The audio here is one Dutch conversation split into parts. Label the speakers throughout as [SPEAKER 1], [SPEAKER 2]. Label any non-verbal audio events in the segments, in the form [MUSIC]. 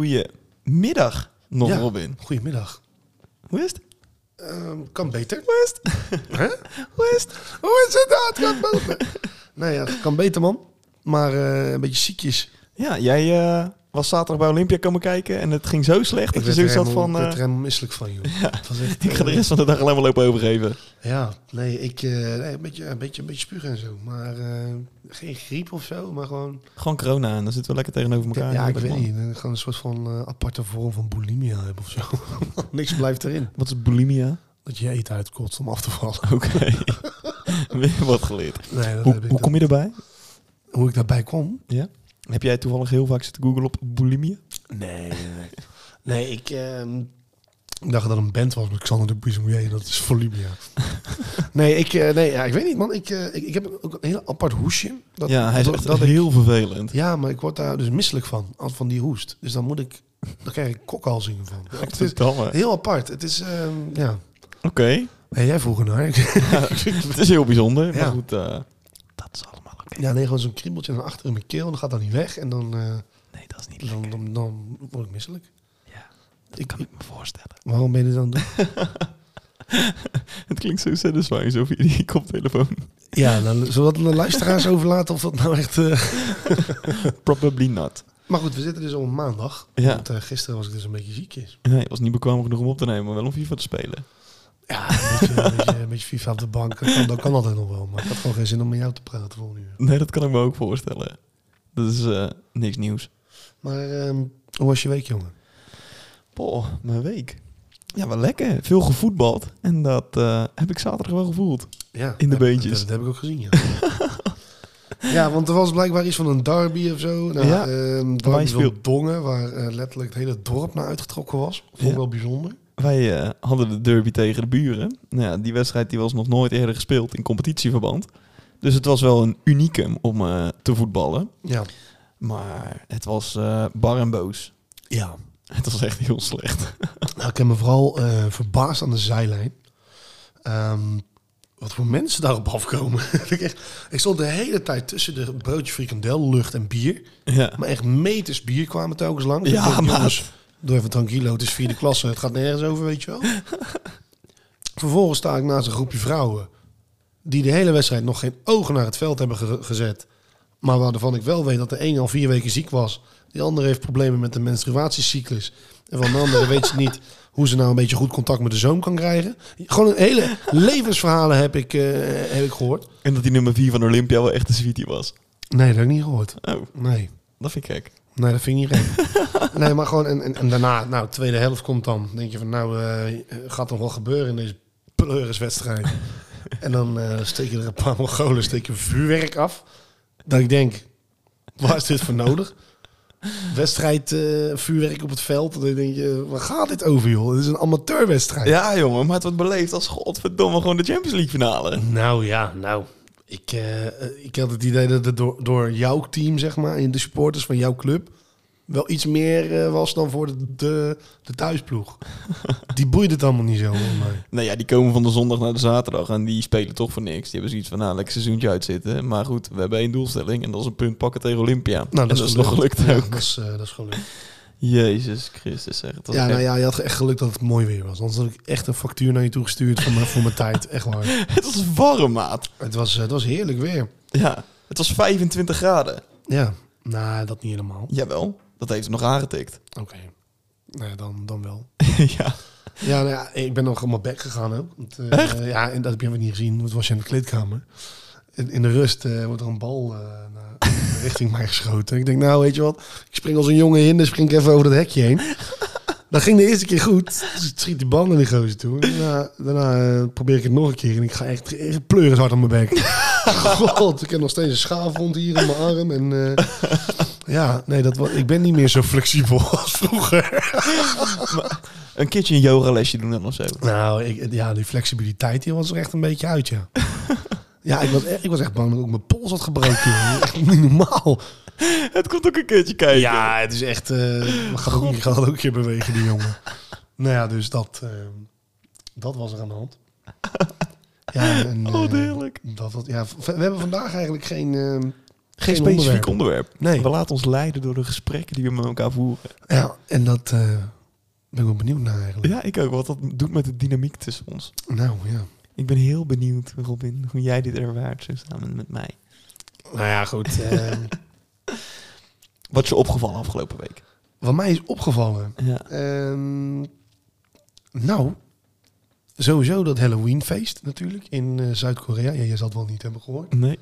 [SPEAKER 1] Goedemiddag nog,
[SPEAKER 2] Ja.
[SPEAKER 1] Robin.
[SPEAKER 2] Goedemiddag.
[SPEAKER 1] Hoe is het?
[SPEAKER 2] Ehm, kan beter.
[SPEAKER 1] Hoe is het?
[SPEAKER 2] Hè?
[SPEAKER 1] Hoe is het?
[SPEAKER 2] [LAUGHS] Hoe is het? Ah, het gaat beter. nee, ja, kan beter, man. Maar eh, een beetje ziekjes.
[SPEAKER 1] Ja, jij eh, was zaterdag bij Olympia komen kijken en het ging zo slecht dat je
[SPEAKER 2] er
[SPEAKER 1] zoiets had
[SPEAKER 2] helemaal-
[SPEAKER 1] van...
[SPEAKER 2] ik
[SPEAKER 1] eh,
[SPEAKER 2] werd er helemaal misselijk van, [LAUGHS] joh. Het was
[SPEAKER 1] [LAUGHS]
[SPEAKER 2] echt,
[SPEAKER 1] ik ga de
[SPEAKER 2] eh,
[SPEAKER 1] rest van de dag alleen maar lopen overgeven.
[SPEAKER 2] Ja, nee, ik, eh, nee, een, beetje, een, beetje, een beetje spugen en zo. Maar eh, geen griep of zo, maar gewoon...
[SPEAKER 1] Gewoon corona en dan zitten we lekker tegenover elkaar.
[SPEAKER 2] ja, ik
[SPEAKER 1] Man.
[SPEAKER 2] weet niet. eh, Gewoon een soort van eh, aparte vorm van bulimia hebben of zo. [LAUGHS] Niks blijft erin.
[SPEAKER 1] Wat is bulimia? [LAUGHS]
[SPEAKER 2] Dat je eten uitkotst om af te vallen.
[SPEAKER 1] Oké.
[SPEAKER 2] [LAUGHS]
[SPEAKER 1] Weer wat geleerd.
[SPEAKER 2] Nee, dat heb
[SPEAKER 1] Hoe,
[SPEAKER 2] ik
[SPEAKER 1] hoe
[SPEAKER 2] dan.
[SPEAKER 1] kom je erbij?
[SPEAKER 2] hoe ik daarbij kom?
[SPEAKER 1] Ja? Heb jij toevallig heel vaak zitten googlen op bulimia?
[SPEAKER 2] Nee, nee, nee. [LAUGHS] Nee, ik ehm, ik dacht dat het een band was met Xander de Buismouillet. Dat is Volumia. [LAUGHS] nee, ik, eh, nee ja, ik weet niet, man. Ik, eh, ik, ik heb ook een heel apart hoesje. Dat,
[SPEAKER 1] ja, hij is
[SPEAKER 2] dat-
[SPEAKER 1] echt
[SPEAKER 2] dat ik-
[SPEAKER 1] heel vervelend.
[SPEAKER 2] ja, maar ik word daar dus misselijk van, als van die hoest. Dus dan moet ik, dan krijg ik kokhalzingen [LAUGHS] van. Het is
[SPEAKER 1] Godverdamme.
[SPEAKER 2] heel apart. Het is, ehm, ja.
[SPEAKER 1] Oké,
[SPEAKER 2] [LAUGHS]
[SPEAKER 1] [LAUGHS]
[SPEAKER 2] Hey, jij vroeg naar.
[SPEAKER 1] het is heel bijzonder, maar
[SPEAKER 2] Ja.
[SPEAKER 1] goed. eh, dat is allemaal oké.
[SPEAKER 2] [LAUGHS] ja, nee, gewoon zo'n kriebeltje naar achter in mijn keel. Dan gaat dat niet weg. En dan, eh,
[SPEAKER 1] Nee, dat is niet
[SPEAKER 2] dan, dan, dan word ik misselijk.
[SPEAKER 1] Ja, dat
[SPEAKER 2] Ik-
[SPEAKER 1] kan ik me voorstellen. [LAUGHS]
[SPEAKER 2] Waarom ben je dit aan het doen?
[SPEAKER 1] Het klinkt zo satisfying, zo via die [LAUGHS] koptelefoon.
[SPEAKER 2] [LAUGHS] Ja, dan, zullen we dat aan de luisteraars overlaten of dat nou echt... eh,
[SPEAKER 1] Probably not.
[SPEAKER 2] Maar goed, we zitten dus al op maandag.
[SPEAKER 1] Ja.
[SPEAKER 2] Want eh, gisteren was ik dus een beetje ziekjes.
[SPEAKER 1] Nee, het was niet bekwaam genoeg om op te nemen, maar wel om FIFA te spelen.
[SPEAKER 2] Ja, een beetje, een beetje, een beetje FIFA op de bank. Dat kan, dat kan altijd nog wel. Maar ik had gewoon geen zin om met jou te praten voor nu.
[SPEAKER 1] Nee, dat kan ik me ook voorstellen. Dat is eh, niks nieuws.
[SPEAKER 2] Maar ehm, hoe was je week, jongen?
[SPEAKER 1] Boah, mijn week. Ja, wel lekker. Veel gevoetbald. En dat eh, heb ik zaterdag wel gevoeld.
[SPEAKER 2] Ja,
[SPEAKER 1] In de
[SPEAKER 2] dat-
[SPEAKER 1] beentjes.
[SPEAKER 2] Dat, dat heb ik ook gezien, ja. [LAUGHS] ja, want er was blijkbaar iets van een derby of zo. Nou,
[SPEAKER 1] Ja.
[SPEAKER 2] ja.
[SPEAKER 1] Wij
[SPEAKER 2] derby
[SPEAKER 1] speel-
[SPEAKER 2] van Dongen, waar eh, letterlijk het hele dorp naar uitgetrokken was. Vond ik
[SPEAKER 1] Ja.
[SPEAKER 2] wel bijzonder.
[SPEAKER 1] Wij eh, hadden de derby tegen de buren. Nou ja, die wedstrijd die was nog nooit eerder gespeeld in competitieverband. Dus het was wel een unicum om eh, te voetballen.
[SPEAKER 2] Ja.
[SPEAKER 1] Maar het was eh, bar en boos.
[SPEAKER 2] Ja.
[SPEAKER 1] Het was echt heel slecht. [LAUGHS]
[SPEAKER 2] Nou, ik heb me vooral eh, verbaasd aan de zijlijn. Ehm, wat voor mensen daarop afkomen. [LAUGHS] ik, echt, ik stond de hele tijd tussen de broodje frikandel, lucht en bier.
[SPEAKER 1] Ja,
[SPEAKER 2] Maar echt meters bier kwamen telkens langs.
[SPEAKER 1] Ja,
[SPEAKER 2] Ik dacht,
[SPEAKER 1] maat.
[SPEAKER 2] jongens, Doe even tranquilo, het is vierde klasse. Het gaat nergens over,
[SPEAKER 1] [LAUGHS]
[SPEAKER 2] weet je wel. Vervolgens sta ik naast een groepje vrouwen... die de hele wedstrijd nog geen ogen naar het veld hebben ge- gezet. Maar waarvan ik wel weet dat de een al vier weken ziek was. Die andere heeft problemen met de menstruatiecyclus. En van de andere weet ze
[SPEAKER 1] [LAUGHS]
[SPEAKER 2] niet hoe ze nou een beetje goed contact met de zoon kan krijgen. Gewoon een hele levensverhalen heb ik, eh, heb ik gehoord.
[SPEAKER 1] en dat die nummer 4 van Olympia wel echt een sweetie was.
[SPEAKER 2] Nee, dat heb ik niet gehoord.
[SPEAKER 1] Oh,
[SPEAKER 2] Nee.
[SPEAKER 1] dat vind ik gek.
[SPEAKER 2] Nee, dat vind ik niet gek. [LAUGHS] nee, maar gewoon... En, en, en daarna, nou, tweede helft komt dan. denk je van, nou, eh, gaat nog wel gebeuren in deze pleuriswedstrijd. en dan eh, steek je er een paar Mongolen, steek je vuurwerk af. Dat ik denk, waar is dit voor nodig? Wedstrijd, eh, vuurwerk op het veld. Dan denk je, waar gaat dit over, joh? Dit is een amateurwedstrijd.
[SPEAKER 1] Ja, jongen, maar het wordt beleefd als godverdomme gewoon de Champions League finale.
[SPEAKER 2] Nou ja, nou. Ik, eh, eh, ik had het idee dat het door, door jouw team, zeg maar, en de supporters van jouw club, wel iets meer eh, was dan voor de, de, de
[SPEAKER 1] [LAUGHS]
[SPEAKER 2] thuisploeg. Die boeide het allemaal niet zo. volgens mij.
[SPEAKER 1] Nou ja, die komen van de zondag naar de zaterdag en die spelen toch voor niks. Die hebben zoiets van, nou, lekker seizoentje uitzitten. Maar goed, we hebben één doelstelling en dat is een punt pakken tegen Olympia.
[SPEAKER 2] Nou,
[SPEAKER 1] en dat is nog gelukt
[SPEAKER 2] Ja,
[SPEAKER 1] ook.
[SPEAKER 2] dat, is, eh, dat is gelukt.
[SPEAKER 1] Jezus Christus, zeg. Het was
[SPEAKER 2] Ja,
[SPEAKER 1] echt-
[SPEAKER 2] nou ja, je had echt geluk dat het mooi weer was. Anders had ik echt een factuur naar je toe gestuurd voor mijn, voor mijn tijd. Echt waar.
[SPEAKER 1] [LAUGHS] Het was warm, maat.
[SPEAKER 2] Het was, eh, het was heerlijk weer.
[SPEAKER 1] Ja, het was 25 graden.
[SPEAKER 2] Ja, nou, dat niet helemaal.
[SPEAKER 1] Jawel, dat heeft het nog aangetikt. [LAUGHS]
[SPEAKER 2] Oké. Nou ja, dan, dan wel.
[SPEAKER 1] ja.
[SPEAKER 2] Ja, nou ja, ik ben nog op mijn bek gegaan ook. Want, eh, ja, en dat heb je nog niet gezien, want het was in de kleedkamer. In, in de rust eh, wordt er een bal eh, naar, [LAUGHS] richting mij geschoten. Ik denk, nou weet je wat, ik spring als een jongen in, dan spring ik even over dat hekje heen. Dat ging de eerste keer goed. Dus het schiet die bal naar die gozer toe. En Daarna, daarna eh, probeer ik het nog een keer en ik ga echt, echt pleuris hard aan mijn bek. God, ik heb nog steeds een schaafwond hier in mijn arm. En, eh, ja, nee, dat, wa- ik ben niet meer zo flexibel als vroeger.
[SPEAKER 1] Een keertje een yogalesje doen dan of zo. [LAUGHS]
[SPEAKER 2] Nou, ik, ja, die flexibiliteit die was er echt een beetje uit, [LAUGHS] ja. ja, ik was, e- ik was echt bang dat ik ook mijn pols had gebroken. joh. [LAUGHS] Echt niet normaal.
[SPEAKER 1] Het komt ook een keertje kijken.
[SPEAKER 2] Ja, het is echt... [LAUGHS] Uh, gaat ook, gaat ook een keer bewegen, die jongen. [LAUGHS] nou ja, dus dat, eh, dat was er aan de [LAUGHS] hand. Ja, en, eh,
[SPEAKER 1] Oh, wat heerlijk.
[SPEAKER 2] Dat, was- ja, v- we hebben vandaag eigenlijk geen, eh,
[SPEAKER 1] Geen
[SPEAKER 2] Geen
[SPEAKER 1] specifiek
[SPEAKER 2] onderwerp.
[SPEAKER 1] onderwerp.
[SPEAKER 2] Nee.
[SPEAKER 1] We laten ons leiden door de gesprekken die we met elkaar voeren.
[SPEAKER 2] Ja, en dat eh, ben ik wel benieuwd naar eigenlijk.
[SPEAKER 1] Ja, ik ook. Wat dat doet met de dynamiek tussen ons.
[SPEAKER 2] Nou ja.
[SPEAKER 1] Ik ben heel benieuwd, Robin, hoe jij dit ervaart zo samen met mij.
[SPEAKER 2] Nou ja, goed. ehm,
[SPEAKER 1] Wat is je opgevallen afgelopen week?
[SPEAKER 2] [LAUGHS] wat mij is opgevallen.
[SPEAKER 1] Ja.
[SPEAKER 2] ehm, nou, sowieso dat Halloweenfeest natuurlijk in eh, Zuid-Korea. Ja, jij zal het wel niet hebben gehoord.
[SPEAKER 1] Nee.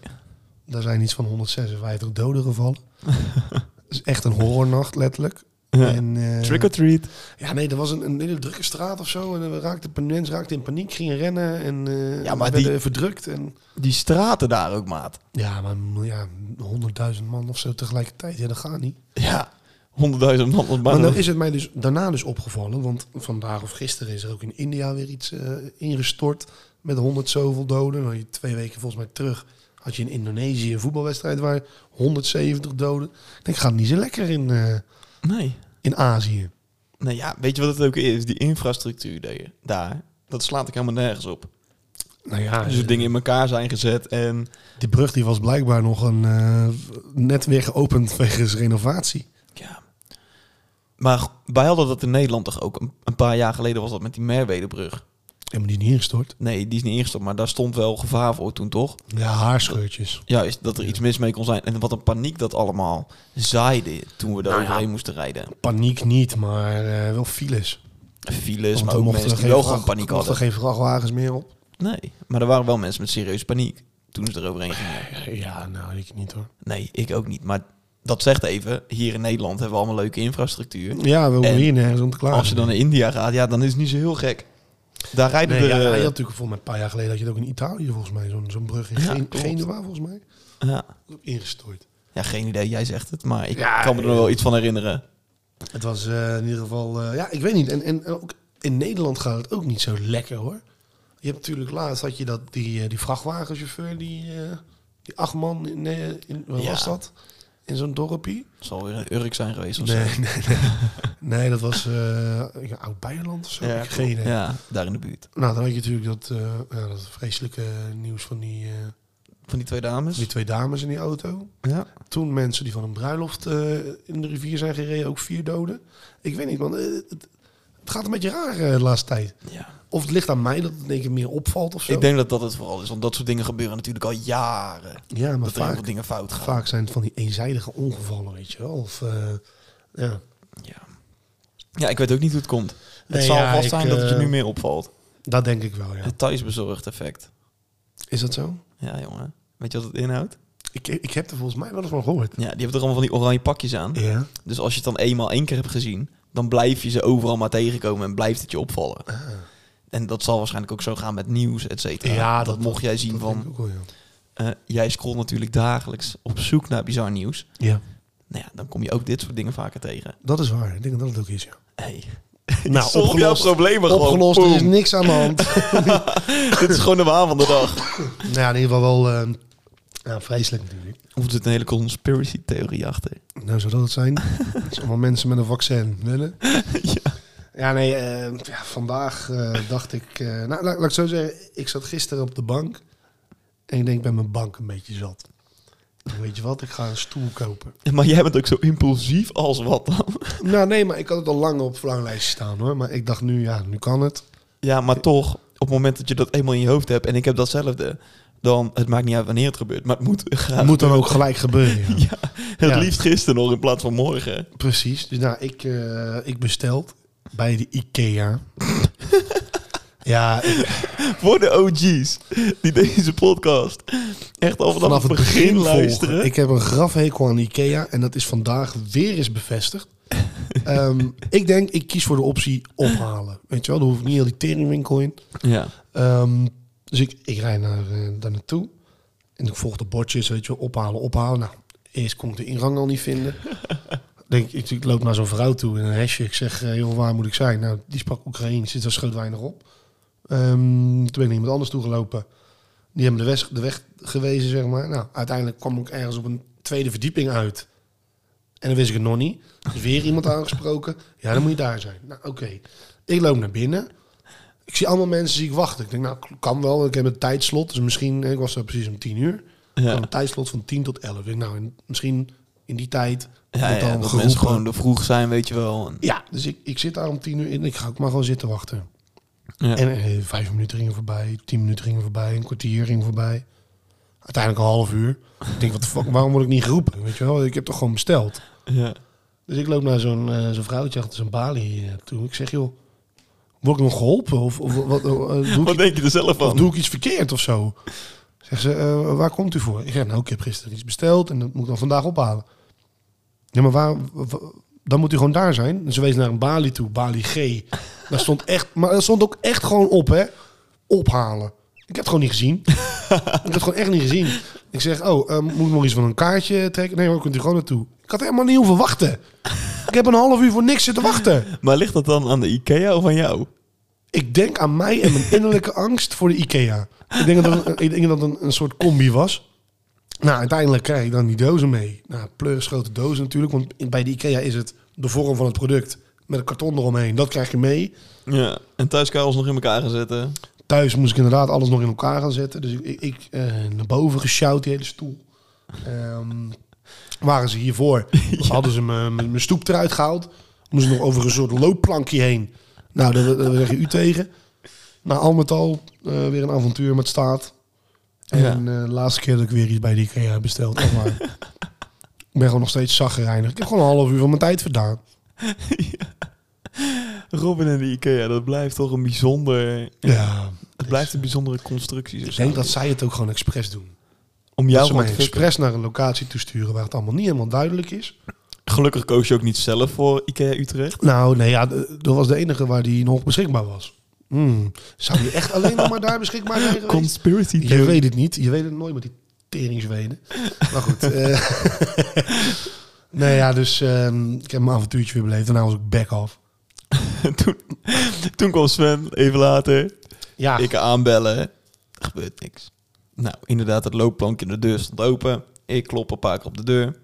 [SPEAKER 2] Daar zijn iets van 156 doden
[SPEAKER 1] [LAUGHS]
[SPEAKER 2] gevallen. Dat is echt een horrornacht, letterlijk. En, eh,
[SPEAKER 1] Trick or treat.
[SPEAKER 2] Ja, nee, er was een, een hele drukke straat of zo. En we raakten, mensen raakten in paniek, gingen rennen en eh
[SPEAKER 1] Ja, maar
[SPEAKER 2] werden
[SPEAKER 1] die-
[SPEAKER 2] verdrukt. En,
[SPEAKER 1] Die straten daar ook, maat.
[SPEAKER 2] ja, maar mm, ja, 100.000 man of zo tegelijkertijd, ja, dat gaat niet.
[SPEAKER 1] Ja. 100.000 man op
[SPEAKER 2] Maar
[SPEAKER 1] maar
[SPEAKER 2] dan is het mij dus daarna dus opgevallen, want vandaag of gisteren is er ook in India weer iets eh, ingestort met 100 zoveel doden. Nou, je- twee weken volgens mij terug had je in Indonesië een voetbalwedstrijd waar 170 doden. Ik denk, gaat het niet zo lekker in, eh,
[SPEAKER 1] Nee.
[SPEAKER 2] in Azië.
[SPEAKER 1] Nou ja, weet je wat het ook is? Die infrastructuur daar- daar, dat slaat ik helemaal nergens op.
[SPEAKER 2] Nou ja,
[SPEAKER 1] Dus de dingen in elkaar zijn gezet en...
[SPEAKER 2] Die brug die was blijkbaar nog een, eh, net weer geopend wegens renovatie.
[SPEAKER 1] Ja. Maar g- wij hadden dat in Nederland toch ook. Een- Een paar jaar geleden was dat met die Merwedebrug.
[SPEAKER 2] Ja, maar die is niet ingestort.
[SPEAKER 1] Nee, die is niet ingestort, maar daar stond wel gevaar voor toen, toch?
[SPEAKER 2] Ja, haarscheurtjes.
[SPEAKER 1] Juist, dat er iets mis mee kon zijn. En wat een paniek dat allemaal zaaide toen we daar
[SPEAKER 2] Nou ja.
[SPEAKER 1] overheen moesten rijden.
[SPEAKER 2] Paniek niet, maar eh, wel files.
[SPEAKER 1] Files,
[SPEAKER 2] Want
[SPEAKER 1] Dus maar
[SPEAKER 2] er
[SPEAKER 1] ook
[SPEAKER 2] mochten
[SPEAKER 1] mensen
[SPEAKER 2] er
[SPEAKER 1] die
[SPEAKER 2] geen
[SPEAKER 1] wel gewoon
[SPEAKER 2] vracht-
[SPEAKER 1] paniek
[SPEAKER 2] mochten
[SPEAKER 1] hadden.
[SPEAKER 2] er geen vrachtwagens meer op.
[SPEAKER 1] Nee, maar er waren wel mensen met serieuze paniek toen ze eroverheen gingen.
[SPEAKER 2] Ja, nou, ik niet hoor.
[SPEAKER 1] Nee, ik ook niet. Maar dat zegt even, hier in Nederland hebben we allemaal leuke infrastructuur.
[SPEAKER 2] Ja, we hoeven
[SPEAKER 1] En
[SPEAKER 2] hier nergens om te klagen.
[SPEAKER 1] Als je dan naar India gaat, ja, dan is het niet zo heel gek. Daar rijden
[SPEAKER 2] Nee,
[SPEAKER 1] er...
[SPEAKER 2] ja, nou, je
[SPEAKER 1] eh,
[SPEAKER 2] had natuurlijk volgens mij een paar jaar geleden dat je het ook in Italië volgens mij zo'n zo'n brug in
[SPEAKER 1] Ja,
[SPEAKER 2] Gen-
[SPEAKER 1] klopt.
[SPEAKER 2] Genua volgens mij
[SPEAKER 1] ja.
[SPEAKER 2] ingestort.
[SPEAKER 1] Ja, geen idee. Jij zegt het, maar ik
[SPEAKER 2] Ja,
[SPEAKER 1] kan me er
[SPEAKER 2] ja.
[SPEAKER 1] wel iets van herinneren.
[SPEAKER 2] Het was eh, in ieder geval, eh, ja, ik weet niet. En, en ook in Nederland gaat het ook niet zo lekker hoor. Je hebt natuurlijk laatst had je dat die, eh, die vrachtwagenchauffeur, die, eh, die acht man, in, eh, in, wat
[SPEAKER 1] Ja.
[SPEAKER 2] was dat? In zo'n dorpje?
[SPEAKER 1] Het zal weer een Urk zijn geweest of zo.
[SPEAKER 2] Nee, nee, nee. nee, dat was eh ja, Oud-Beierland of zo.
[SPEAKER 1] Ja,
[SPEAKER 2] Ik heb geen idee.
[SPEAKER 1] ja, daar in de buurt.
[SPEAKER 2] Nou, dan had je natuurlijk dat, eh, ja, dat vreselijke nieuws van die, eh,
[SPEAKER 1] Van die twee
[SPEAKER 2] van
[SPEAKER 1] dames.
[SPEAKER 2] die twee dames in die auto.
[SPEAKER 1] Ja.
[SPEAKER 2] Toen mensen die van een bruiloft eh, in de rivier zijn gereden, ook vier doden. Ik weet niet, man. eh, het, het gaat een beetje raar eh, de laatste tijd.
[SPEAKER 1] ja.
[SPEAKER 2] Of het ligt aan mij dat het in één keer meer opvalt of zo.
[SPEAKER 1] Ik denk dat dat het vooral is, want dat soort dingen gebeuren natuurlijk al jaren.
[SPEAKER 2] ja, maar
[SPEAKER 1] dat er heel
[SPEAKER 2] vaak,
[SPEAKER 1] veel dingen fout gaan.
[SPEAKER 2] vaak zijn het van die eenzijdige ongevallen, weet je wel. Of, eh, ja.
[SPEAKER 1] Ja. ja, ik weet ook niet hoe het komt.
[SPEAKER 2] Nee,
[SPEAKER 1] het zal
[SPEAKER 2] ja,
[SPEAKER 1] vast
[SPEAKER 2] ik,
[SPEAKER 1] zijn dat het je
[SPEAKER 2] eh,
[SPEAKER 1] nu meer opvalt.
[SPEAKER 2] Dat denk ik wel, ja.
[SPEAKER 1] Het thuisbezorgd effect.
[SPEAKER 2] Is dat zo?
[SPEAKER 1] Ja, jongen. Weet je wat het inhoudt?
[SPEAKER 2] Ik, ik heb er volgens mij wel eens van gehoord.
[SPEAKER 1] Ja, die hebben er allemaal van die oranje pakjes aan.
[SPEAKER 2] Ja.
[SPEAKER 1] Dus als je het dan eenmaal één keer hebt gezien, dan blijf je ze overal maar tegenkomen en blijft het je opvallen.
[SPEAKER 2] Ah.
[SPEAKER 1] En dat zal waarschijnlijk ook zo gaan met nieuws, et cetera.
[SPEAKER 2] Ja,
[SPEAKER 1] dat,
[SPEAKER 2] dat-
[SPEAKER 1] mocht jij zien
[SPEAKER 2] Dat
[SPEAKER 1] van...
[SPEAKER 2] denk ik ook wel, ja.
[SPEAKER 1] eh, jij scrollt natuurlijk dagelijks op zoek naar bizar nieuws.
[SPEAKER 2] ja.
[SPEAKER 1] Nou ja, dan kom je ook dit soort dingen vaker tegen.
[SPEAKER 2] Dat is waar. Ik denk dat dat het ook is,
[SPEAKER 1] [LAUGHS]
[SPEAKER 2] ja.
[SPEAKER 1] Hey.
[SPEAKER 2] Nou,
[SPEAKER 1] Solve jouw
[SPEAKER 2] opgelost.
[SPEAKER 1] problemen gewoon.
[SPEAKER 2] Opgelost, er is
[SPEAKER 1] Boom.
[SPEAKER 2] niks aan de
[SPEAKER 1] [LAUGHS]
[SPEAKER 2] hand.
[SPEAKER 1] dit is gewoon de waan van de dag.
[SPEAKER 2] nou ja, in ieder geval wel eh, ja, vreselijk natuurlijk.
[SPEAKER 1] Of er zit een hele conspiracy theorie achter.
[SPEAKER 2] Nou, zou dat het zijn? Dat is allemaal mensen met een vaccin willen.
[SPEAKER 1] [LAUGHS] ja.
[SPEAKER 2] Ja, nee, eh, ja, vandaag eh, dacht ik... eh, nou, laat, laat ik zo zeggen, ik zat gisteren op de bank. En ik denk, ik ben mijn bank een beetje zat. Ik denk, Weet je wat, ik ga een stoel kopen.
[SPEAKER 1] Maar jij bent ook zo impulsief als wat dan.
[SPEAKER 2] Nou nee, maar ik had het al lang op verlanglijstje staan hoor. Maar ik dacht nu, ja, nu kan het.
[SPEAKER 1] Ja, maar toch, op het moment dat je dat eenmaal in je hoofd hebt... en ik heb datzelfde, dan... het maakt niet uit wanneer het gebeurt, maar het moet
[SPEAKER 2] Het
[SPEAKER 1] graag...
[SPEAKER 2] moet dan ook gelijk gebeuren. ja.
[SPEAKER 1] Ja, het
[SPEAKER 2] Ja.
[SPEAKER 1] liefst gisteren nog in plaats van morgen.
[SPEAKER 2] Precies. Dus nou, ik, eh, ik besteld bij de
[SPEAKER 1] [LAUGHS]
[SPEAKER 2] IKEA. ja, ik-
[SPEAKER 1] Voor de OG's die deze podcast echt al vanaf,
[SPEAKER 2] vanaf
[SPEAKER 1] het begin,
[SPEAKER 2] volgen.
[SPEAKER 1] luisteren.
[SPEAKER 2] Ik heb een grafhekel aan IKEA en dat is vandaag weer eens
[SPEAKER 1] [LAUGHS]
[SPEAKER 2] bevestigd. Ehm, ik denk, ik kies voor de optie ophalen. Weet je wel, dan hoef ik niet heel die teringwinkel in.
[SPEAKER 1] Ja.
[SPEAKER 2] Ehm, dus ik, ik rijd naar, eh, daar naartoe. En ik volg de bordjes, weet je wel, ophalen, ophalen. Nou, eerst kon ik de ingang al niet vinden. Denk, ik, ik loop naar zo'n vrouw toe in een hesje. Ik zeg, eh, joh, waar moet ik zijn? Nou, die sprak Oekraïens, dus dat schoot weinig op. Ehm, toen ben ik naar iemand anders toegelopen. Die hebben de weg, de weg gewezen, zeg maar. Nou, uiteindelijk kwam ik ergens op een tweede verdieping uit. En dan wist ik het nog niet. Dus weer iemand aangesproken. Ja, dan moet je daar zijn. Nou, oké. Ik loop naar binnen. Ik zie allemaal mensen die ik wachten. Ik denk, nou, kan wel. Ik heb een tijdslot. Dus misschien, ik was daar precies om tien uur. Dan
[SPEAKER 1] Ja.
[SPEAKER 2] een tijdslot van 10 tot 11. Ik denk, nou, in- misschien in die tijd
[SPEAKER 1] Ja,
[SPEAKER 2] wordt
[SPEAKER 1] ja,
[SPEAKER 2] dan
[SPEAKER 1] dat
[SPEAKER 2] geroepen.
[SPEAKER 1] mensen gewoon er vroeg zijn, weet je wel. En,
[SPEAKER 2] Ja, dus ik, ik zit daar om 10 uur in. Ik ga ook maar gewoon zitten wachten.
[SPEAKER 1] ja.
[SPEAKER 2] En eh, vijf minuten gingen voorbij, tien minuten gingen voorbij, een kwartier ging voorbij. Uiteindelijk een half uur. Ik denk, wat de fuck, waarom word ik niet geroepen? Weet je wel, ik heb toch gewoon besteld.
[SPEAKER 1] ja.
[SPEAKER 2] Dus ik loop naar zo'n eh, zo'n vrouwtje achter zijn balie eh, toe. Ik zeg, joh, word ik nog geholpen? Of, of wat, eh, doe, ik,
[SPEAKER 1] Wat denk je er zelf
[SPEAKER 2] of
[SPEAKER 1] van?
[SPEAKER 2] doe ik iets verkeerd of zo? Zegt ze, eh, waar komt u voor? Ik zeg, nou, ik heb gisteren iets besteld en dat moet ik dan vandaag ophalen. Ja, maar waar, wa- dan moet u gewoon daar zijn. En ze wees naar een balie toe, balie G. Daar stond echt, maar dat stond ook echt gewoon op, hè. Ophalen. Ik heb het gewoon niet gezien. ik heb het gewoon echt niet gezien. Ik zeg, oh, eh, moet ik nog iets van een kaartje trekken? Nee hoor, kunt u gewoon naartoe. Ik had helemaal niet hoeven wachten. Ik heb een half uur voor niks zitten wachten.
[SPEAKER 1] Maar ligt dat dan aan de IKEA of aan jou?
[SPEAKER 2] Ik denk aan mij en mijn innerlijke angst voor de IKEA. Ik denk dat het, ik denk dat het een, een soort combi was. Nou, uiteindelijk krijg ik dan die dozen mee. Nou, pleurs grote dozen natuurlijk. Want in- bij de IKEA is het de vorm van het product met een karton eromheen. Dat krijg je mee.
[SPEAKER 1] Ja. En thuis kabels nog in elkaar gezet. hè?
[SPEAKER 2] Thuis moest ik inderdaad alles nog in elkaar gaan zetten. Dus ik, ik, ik, eh, naar boven gesjouwd, die hele stoel. Ehm, waren ze hiervoor? Hadden ze mijn mijn- mijn stoep eruit gehaald. Moesten nog over een soort loopplankje heen. Nou, daar, daar zeg je u tegen. Nou, al met al eh, weer een avontuur met staat. En
[SPEAKER 1] Ja.
[SPEAKER 2] eh, de laatste keer dat ik weer iets bij de IKEA heb besteld. echt waar. ik ben gewoon nog steeds zagrijnig. Ik heb gewoon een half uur van mijn tijd verdaan.
[SPEAKER 1] Robin en de IKEA, dat blijft toch een bijzonder...
[SPEAKER 2] Ja,
[SPEAKER 1] Het blijft een bijzondere constructie.
[SPEAKER 2] ik denk dat zij het ook gewoon expres doen.
[SPEAKER 1] om
[SPEAKER 2] Ja,
[SPEAKER 1] jou
[SPEAKER 2] ze
[SPEAKER 1] gewoon
[SPEAKER 2] mij
[SPEAKER 1] te fucken.
[SPEAKER 2] expres naar een locatie toesturen waar het allemaal niet helemaal duidelijk is.
[SPEAKER 1] Gelukkig koos je ook niet zelf voor IKEA Utrecht.
[SPEAKER 2] Nou, nee, ja, d- dat was de enige waar die nog beschikbaar was. Hmm, Zou die echt alleen nog maar daar beschikbaar zijn geweest?
[SPEAKER 1] Conspiracy
[SPEAKER 2] Je
[SPEAKER 1] theory.
[SPEAKER 2] weet het niet. Je weet het nooit met die teringzweden. Maar goed. [LAUGHS] eh, nee, ja, dus ehm, ik heb mijn avontuurtje weer beleefd. Daarna was ik back off.
[SPEAKER 1] toen, [LAUGHS] toen kwam Sven, even later.
[SPEAKER 2] Ja,
[SPEAKER 1] Ik aanbellen. Er gebeurt niks. Nou, inderdaad, het loopplankje in de deur stond open. Ik klop een paar keer op de deur.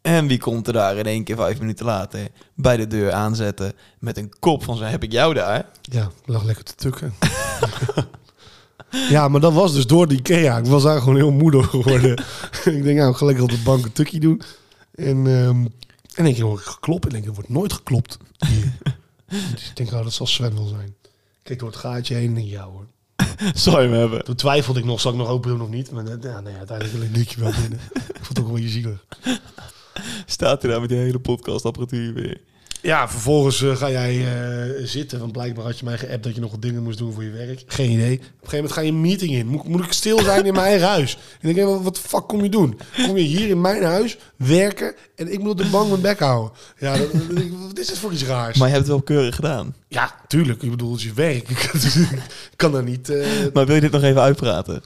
[SPEAKER 1] En wie komt er daar in één keer vijf minuten later bij de deur aanzetten met een kop van zijn heb ik jou daar? [LAUGHS]
[SPEAKER 2] ja ik lag lekker te tukken. ja, maar dat was dus door de Ikea. Ik was daar gewoon heel moeder geworden. [LAUGHS] ik denk, nou, ik ga lekker op de bank een tukkie doen. En, ehm en ik hoor ik geklopt. Ik denk, er wordt nooit geklopt hier. dus ik denk, oh, dat zal Sven wel zijn. Ik Kijk door het gaatje heen en denk, ja hoor.
[SPEAKER 1] Zou je hem hebben?
[SPEAKER 2] Toen twijfelde ik nog, zal ik nog open doen of niet? Maar eh, ja, nee, uiteindelijk wil ik Nietje wel binnen. ik vond het ook een beetje zielig.
[SPEAKER 1] Staat hij daar met die hele podcastapparatuur weer?
[SPEAKER 2] Ja, vervolgens eh, ga jij eh, zitten. Want blijkbaar had je mij geappt dat je nog wat dingen moest doen voor je werk. Geen idee. Op een gegeven moment ga je een meeting in. Moet, moet ik stil zijn in mijn eigen huis? En ik denk, wat- wat de fuck kom je doen? Kom je hier in mijn huis werken en ik moet op de bank mijn bek houden? Ja, dat- dat- dat- wat is dit voor iets raars?
[SPEAKER 1] Maar je hebt het wel keurig gedaan.
[SPEAKER 2] ja, tuurlijk. Ik bedoel, het is je werk. [LAUGHS] ik kan daar niet... eh,
[SPEAKER 1] Maar wil je dit nog even uitpraten?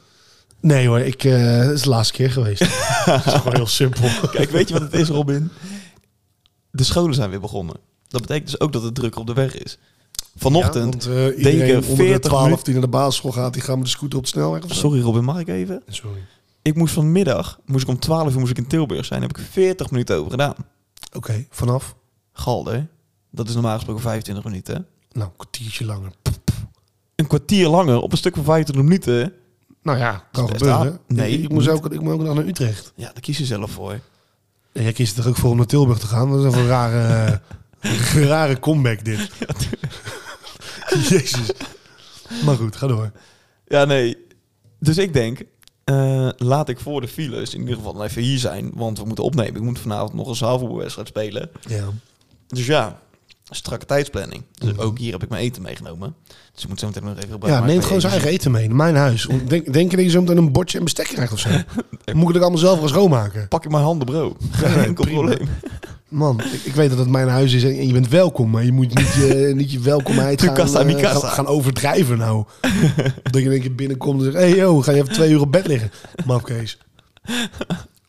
[SPEAKER 2] Nee hoor, ik, eh, het is de laatste keer [LAUGHS] geweest. het is gewoon heel [LAUGHS] simpel.
[SPEAKER 1] Kijk, weet je wat het is, Robin? De scholen zijn weer begonnen. Dat betekent dus ook dat het druk op de weg is. Vanochtend,
[SPEAKER 2] Ja, want,
[SPEAKER 1] denk
[SPEAKER 2] eh, iedereen
[SPEAKER 1] ik,
[SPEAKER 2] onder de
[SPEAKER 1] 40
[SPEAKER 2] 12
[SPEAKER 1] minuten-
[SPEAKER 2] die naar de basisschool gaat, die gaan met de scooter op de snelweg of zo.
[SPEAKER 1] sorry Robin, mag ik even?
[SPEAKER 2] Oh, Sorry.
[SPEAKER 1] Ik moest vanmiddag, moest ik om 12 uur moest ik in Tilburg zijn. Daar heb ik 40 minuten over gedaan.
[SPEAKER 2] Oké, vanaf?
[SPEAKER 1] Galder, dat is normaal gesproken 25 minuten.
[SPEAKER 2] Nou, een kwartiertje langer.
[SPEAKER 1] Een kwartier langer op een stuk van 25 minuten.
[SPEAKER 2] Nou ja, kan
[SPEAKER 1] is best
[SPEAKER 2] gebeuren.
[SPEAKER 1] aardig. Nee,
[SPEAKER 2] ik, ik,
[SPEAKER 1] niet.
[SPEAKER 2] moest ook, ik moet ook nog naar Utrecht.
[SPEAKER 1] Ja, daar kies je zelf voor.
[SPEAKER 2] En jij kiest er ook voor om naar Tilburg te gaan. Dat is een [LAUGHS] rare, eh, rare comeback dit. [LAUGHS] Jezus. Maar goed, ga door.
[SPEAKER 1] Ja, nee. Dus ik denk, eh, laat ik voor de files in ieder geval dan even hier zijn. Want we moeten opnemen. Ik moet vanavond nog een zaalvoetbalwedstrijd spelen.
[SPEAKER 2] Ja.
[SPEAKER 1] Dus ja, strakke tijdsplanning. Dus
[SPEAKER 2] Mhm.
[SPEAKER 1] ook hier heb ik mijn eten meegenomen. Dus ik moet zo meteen nog even gebruik
[SPEAKER 2] Ja,
[SPEAKER 1] maken
[SPEAKER 2] neem
[SPEAKER 1] van
[SPEAKER 2] gewoon zijn
[SPEAKER 1] energie.
[SPEAKER 2] eigen eten mee naar mijn huis. Om- Denk, denk je dat je zo meteen een bordje en bestek krijgt of [LAUGHS] zo? Dan Moet ik het allemaal zelf gaan schoonmaken?
[SPEAKER 1] Pak in mijn handen,
[SPEAKER 2] [LAUGHS]
[SPEAKER 1] bro. Geen
[SPEAKER 2] Nee,
[SPEAKER 1] enkel
[SPEAKER 2] prima.
[SPEAKER 1] probleem.
[SPEAKER 2] Man, ik, ik weet dat het mijn huis is en en je bent welkom, maar je moet niet je, [LAUGHS] niet je welkomheid
[SPEAKER 1] Tu
[SPEAKER 2] gaan,
[SPEAKER 1] casa,
[SPEAKER 2] eh,
[SPEAKER 1] mi casa.
[SPEAKER 2] gaan, gaan overdrijven [LAUGHS] nou. dat je in één keer binnenkomt en zegt, hey yo, ga je even twee uur op bed liggen? Mafkees.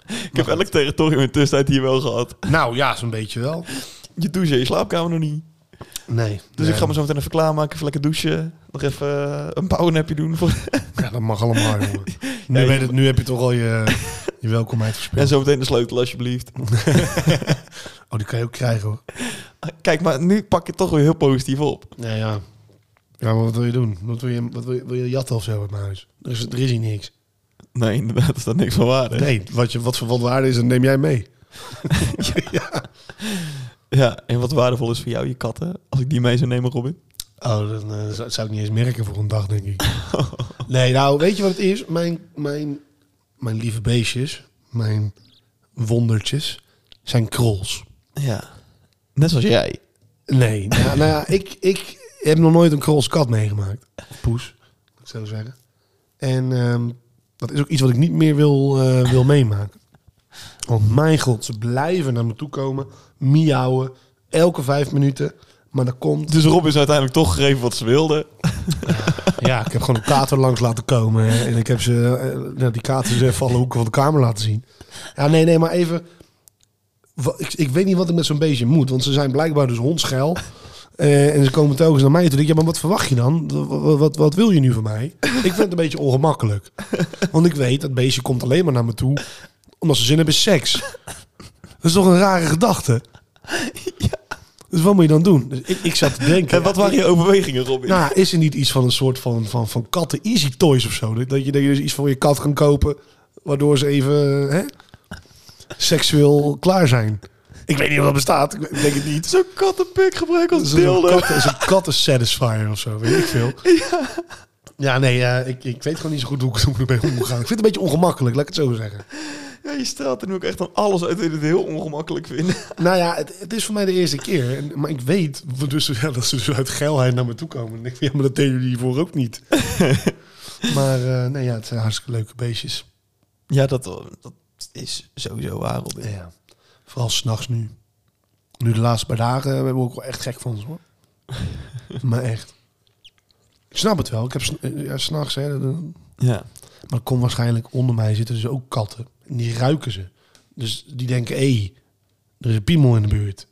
[SPEAKER 1] Ik heb elk territorium in de tussentijd hier wel gehad.
[SPEAKER 2] Nou ja, zo'n beetje wel.
[SPEAKER 1] Je douche en je slaapkamer nog niet.
[SPEAKER 2] Nee.
[SPEAKER 1] Dus
[SPEAKER 2] nee.
[SPEAKER 1] ik ga me zo meteen even klaarmaken, even lekker douchen. Nog even eh, een powernapje doen. Voor... [LAUGHS]
[SPEAKER 2] Ja, dat mag allemaal, [LAUGHS] jongen. Nu,
[SPEAKER 1] Ja, je-
[SPEAKER 2] weet het, nu heb je toch al [LAUGHS] je, je welkomheid
[SPEAKER 1] En
[SPEAKER 2] verspeeld.
[SPEAKER 1] zo meteen de sleutel, alsjeblieft.
[SPEAKER 2] Oh, die kan je ook krijgen, hoor.
[SPEAKER 1] Kijk, maar nu pak je het toch weer heel positief op.
[SPEAKER 2] Nee, ja. Ja, maar wat wil je doen? Wat wil je, wat wil je, wil je jatten of zo uit mijn huis? Er is, er is hier niks.
[SPEAKER 1] Nee, inderdaad, dat is dat niks van waarde.
[SPEAKER 2] Nee, wat, je, wat voor wat waarde is, dat neem jij mee.
[SPEAKER 1] Ja, en wat waardevol is voor jou, je katten, als ik die mee zou nemen, Robin?
[SPEAKER 2] Oh, dan eh, zou, zou ik niet eens merken voor een dag, denk ik. nee, nou, weet je wat het is? Mijn, mijn, mijn lieve beestjes, mijn wondertjes, zijn krols.
[SPEAKER 1] Ja. Net zoals jij.
[SPEAKER 2] Nee, [LAUGHS] nou, nou ja, ik, ik heb nog nooit een krols kat meegemaakt. Of poes, moet ik zo zeggen. En ehm, dat is ook iets wat ik niet meer wil, eh, wil meemaken. Want mijn god, ze blijven naar me toe komen, miauwen, elke vijf minuten. Maar dan komt
[SPEAKER 1] Dus Robin is uiteindelijk toch gegeven wat ze wilde.
[SPEAKER 2] [LAUGHS] Ja, ik heb gewoon een kater langs laten komen. hè. En ik heb ze, eh, nou, die katers even alle hoeken van de kamer laten zien. Ja, nee, nee, maar even. wa- Ik, ik weet niet wat ik met zo'n beestje moet. Want ze zijn blijkbaar dus hondsgeil. Eh, en ze komen telkens naar mij toe. Ik denk, ja, maar wat verwacht je dan? Wa- wa- Wat, wat wil je nu van mij? Ik vind het een beetje ongemakkelijk. Want ik weet, dat beestje komt alleen maar naar me toe omdat ze zin hebben in seks. Dat is toch een rare gedachte? Dus wat moet je dan doen? Dus ik, ik zat te denken.
[SPEAKER 1] En wat waren je overwegingen, Robin?
[SPEAKER 2] Nou, is er niet iets van een soort van, van, van katten easy toys of zo? Dat dat je, dat je dus iets voor je kat kan kopen, waardoor ze even hè, seksueel klaar zijn. Ik weet niet of dat bestaat, ik denk het niet.
[SPEAKER 1] Zo'n kattenpik gebruiken als
[SPEAKER 2] Zo'n
[SPEAKER 1] dildo.
[SPEAKER 2] katten, zo'n katten satisfier of zo, weet ik veel. Ja, nee, eh, ik, ik weet gewoon niet zo goed hoe ik, hoe ik ermee om moet gaan. Ik vind het een beetje ongemakkelijk, laat ik het zo zeggen.
[SPEAKER 1] Ja, je straalt er nu ook echt aan alles uit dat je het heel ongemakkelijk vindt.
[SPEAKER 2] Nou ja, het, het is voor mij de eerste keer. En- Maar ik weet dus, ja, dat ze dus uit geilheid naar me toe komen. En ik denk van, ja, maar dat deden jullie hiervoor ook niet. maar eh, nee, ja, het zijn hartstikke leuke beestjes.
[SPEAKER 1] Ja, dat, dat is sowieso waar, Robin.
[SPEAKER 2] Ja. Vooral s'nachts nu. Nu de laatste paar dagen eh, hebben we ook wel echt gek van ze, hoor. maar echt. Ik snap het wel. Ik heb s- eh, ja, s'nachts, hè. dat- dat-
[SPEAKER 1] Ja.
[SPEAKER 2] Maar kom waarschijnlijk onder mij zitten dus ook katten. En die ruiken ze. Dus die denken, hé, er is een piemel in de buurt.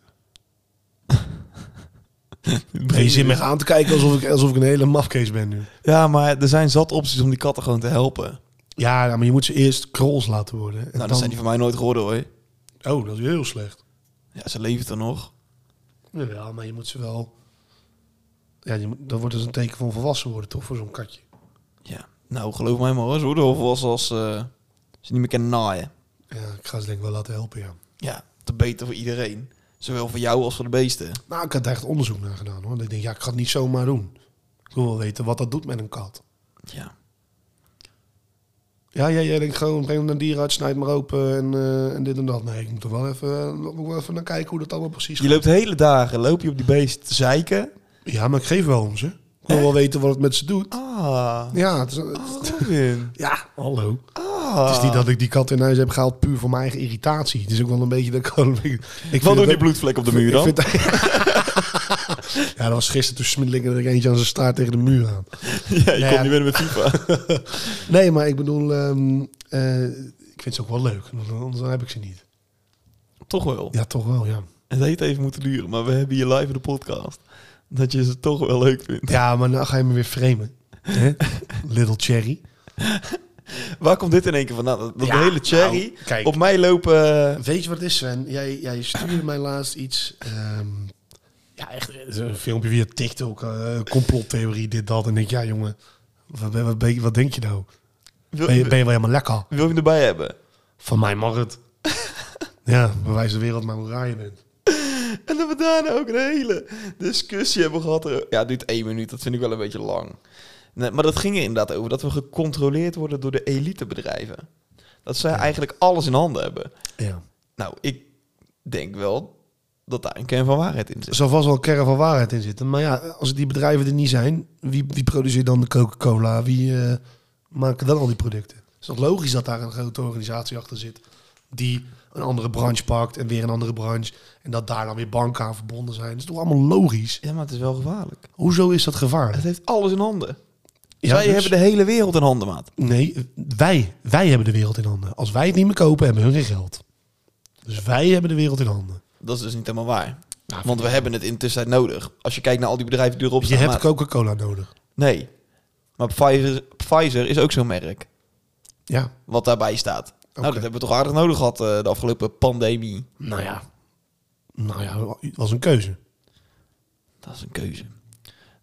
[SPEAKER 2] Geen zin meer aan te kijken alsof ik, alsof ik een hele mafkees ben nu.
[SPEAKER 1] Ja, maar er zijn zat opties om die katten gewoon te helpen. Nou,
[SPEAKER 2] Ja, ja, maar je moet ze eerst krols laten worden. En
[SPEAKER 1] dat
[SPEAKER 2] dan-
[SPEAKER 1] Nou, zijn die van mij nooit geworden, hoor.
[SPEAKER 2] Oh, dat is heel slecht.
[SPEAKER 1] Ja, ze leven er nog.
[SPEAKER 2] Ja, maar je moet ze wel... Ja, je moet, dat wordt dus een teken van volwassen worden, toch? Voor zo'n katje.
[SPEAKER 1] Ja. Nou, geloof mij maar, hoor. Ze worden was als eh, ze niet meer kunnen naaien.
[SPEAKER 2] Ja, ik ga ze denk ik wel laten helpen, ja.
[SPEAKER 1] Ja, te beter voor iedereen. Zowel voor jou als voor de beesten.
[SPEAKER 2] Nou, ik had daar echt onderzoek naar gedaan, hoor. Ik denk, ja, ik ga het niet zomaar doen. Ik wil wel weten wat dat doet met een kat.
[SPEAKER 1] Ja.
[SPEAKER 2] Ja, ja, jij denkt gewoon, breng hem naar de dierenarts, snijd maar open en, eh, en dit en dat. Nee, ik moet er wel even, eh, moet er wel even naar kijken hoe dat allemaal precies
[SPEAKER 1] Je loopt hele dagen, loop je op die beest te zeiken.
[SPEAKER 2] Ja, maar ik geef wel om ze. Ik wil wel weten wat het met ze doet.
[SPEAKER 1] Ah.
[SPEAKER 2] Eh. Ja, het is,
[SPEAKER 1] Robin.
[SPEAKER 2] Ja, hallo.
[SPEAKER 1] Ah.
[SPEAKER 2] Het is niet dat ik die kat in huis heb gehaald puur voor mijn eigen irritatie. Het is ook wel een beetje dat ik gewoon... Ik,
[SPEAKER 1] Wat
[SPEAKER 2] ik
[SPEAKER 1] doet
[SPEAKER 2] het
[SPEAKER 1] die
[SPEAKER 2] ook-
[SPEAKER 1] bloedvlek op de muur dan?
[SPEAKER 2] ik vind- [LAUGHS] ja, dat was gisteren toen smiddeling er eentje aan zijn staart tegen de muur aan.
[SPEAKER 1] [LAUGHS] Ja, je
[SPEAKER 2] Nou Ja,
[SPEAKER 1] komt
[SPEAKER 2] ja.
[SPEAKER 1] niet meer met FIFA.
[SPEAKER 2] Nee, maar ik bedoel, ehm, eh, ik vind ze ook wel leuk. want Anders dan heb ik ze niet.
[SPEAKER 1] Toch wel.
[SPEAKER 2] Ja, toch wel, ja.
[SPEAKER 1] Het heeft even moeten duren, maar we hebben hier live in de podcast. Dat je ze toch wel leuk vindt.
[SPEAKER 2] Ja, maar nou ga je me weer framen. Hè?
[SPEAKER 1] [LAUGHS]
[SPEAKER 2] Little Cherry.
[SPEAKER 1] Waar komt dit in één keer vandaan? Dat, dat
[SPEAKER 2] Ja,
[SPEAKER 1] de hele cherry
[SPEAKER 2] nou, kijk.
[SPEAKER 1] op mij lopen... eh,
[SPEAKER 2] Weet je wat het is, Sven? Jij, jij stuurde mij laatst iets. ehm, ja, echt eh, zo'n filmpje via TikTok. eh, complottheorie, dit, dat. En ik, ja, jongen. Wat, ben- wat, ben- wat denk je nou?
[SPEAKER 1] wil,
[SPEAKER 2] Ben je, ben je wel helemaal lekker?
[SPEAKER 1] wil je hem erbij hebben?
[SPEAKER 2] Van mij mag het. ja, bewijs de wereld maar hoe raar je bent.
[SPEAKER 1] En dat we daarna ook een hele discussie hebben gehad. Ja, het duurt één minuut. Dat vind ik wel een beetje lang. Nee, maar dat ging er inderdaad over dat we gecontroleerd worden door de elitebedrijven. Dat zij eigenlijk alles in handen hebben.
[SPEAKER 2] Ja.
[SPEAKER 1] Nou, ik denk wel dat daar een kern van waarheid in
[SPEAKER 2] Er
[SPEAKER 1] zit.
[SPEAKER 2] zal vast wel een kern van waarheid in zitten. Maar ja, als die bedrijven er niet zijn, wie, wie produceert dan de Coca-Cola? Wie eh, maken dan al die producten? Het is toch logisch dat daar een grote organisatie achter zit die een andere branche pakt en weer een andere branche. En dat daar dan weer banken aan verbonden zijn. Dat is toch allemaal logisch?
[SPEAKER 1] Ja, maar het is wel gevaarlijk.
[SPEAKER 2] Hoezo is dat gevaarlijk?
[SPEAKER 1] Het heeft alles in handen.
[SPEAKER 2] Ja,
[SPEAKER 1] Zij
[SPEAKER 2] dus-
[SPEAKER 1] hebben de hele wereld in handen, maat.
[SPEAKER 2] Nee, wij, wij hebben de wereld in handen. Als wij het niet meer kopen, hebben hun geen geld. Dus wij hebben de wereld in handen.
[SPEAKER 1] Dat is dus niet helemaal waar.
[SPEAKER 2] Nou,
[SPEAKER 1] Want we hebben het intussen nodig. Als je kijkt naar al die bedrijven die erop
[SPEAKER 2] Je
[SPEAKER 1] staan.
[SPEAKER 2] hebt
[SPEAKER 1] maat.
[SPEAKER 2] Coca-Cola nodig.
[SPEAKER 1] Nee. Maar Pfizer, Pfizer is ook zo'n merk.
[SPEAKER 2] Ja.
[SPEAKER 1] wat daarbij staat. Nou,
[SPEAKER 2] Oké.
[SPEAKER 1] dat hebben we toch aardig nodig gehad eh, de afgelopen pandemie.
[SPEAKER 2] Nou ja. Nou ja, het was een keuze.
[SPEAKER 1] Dat is een keuze.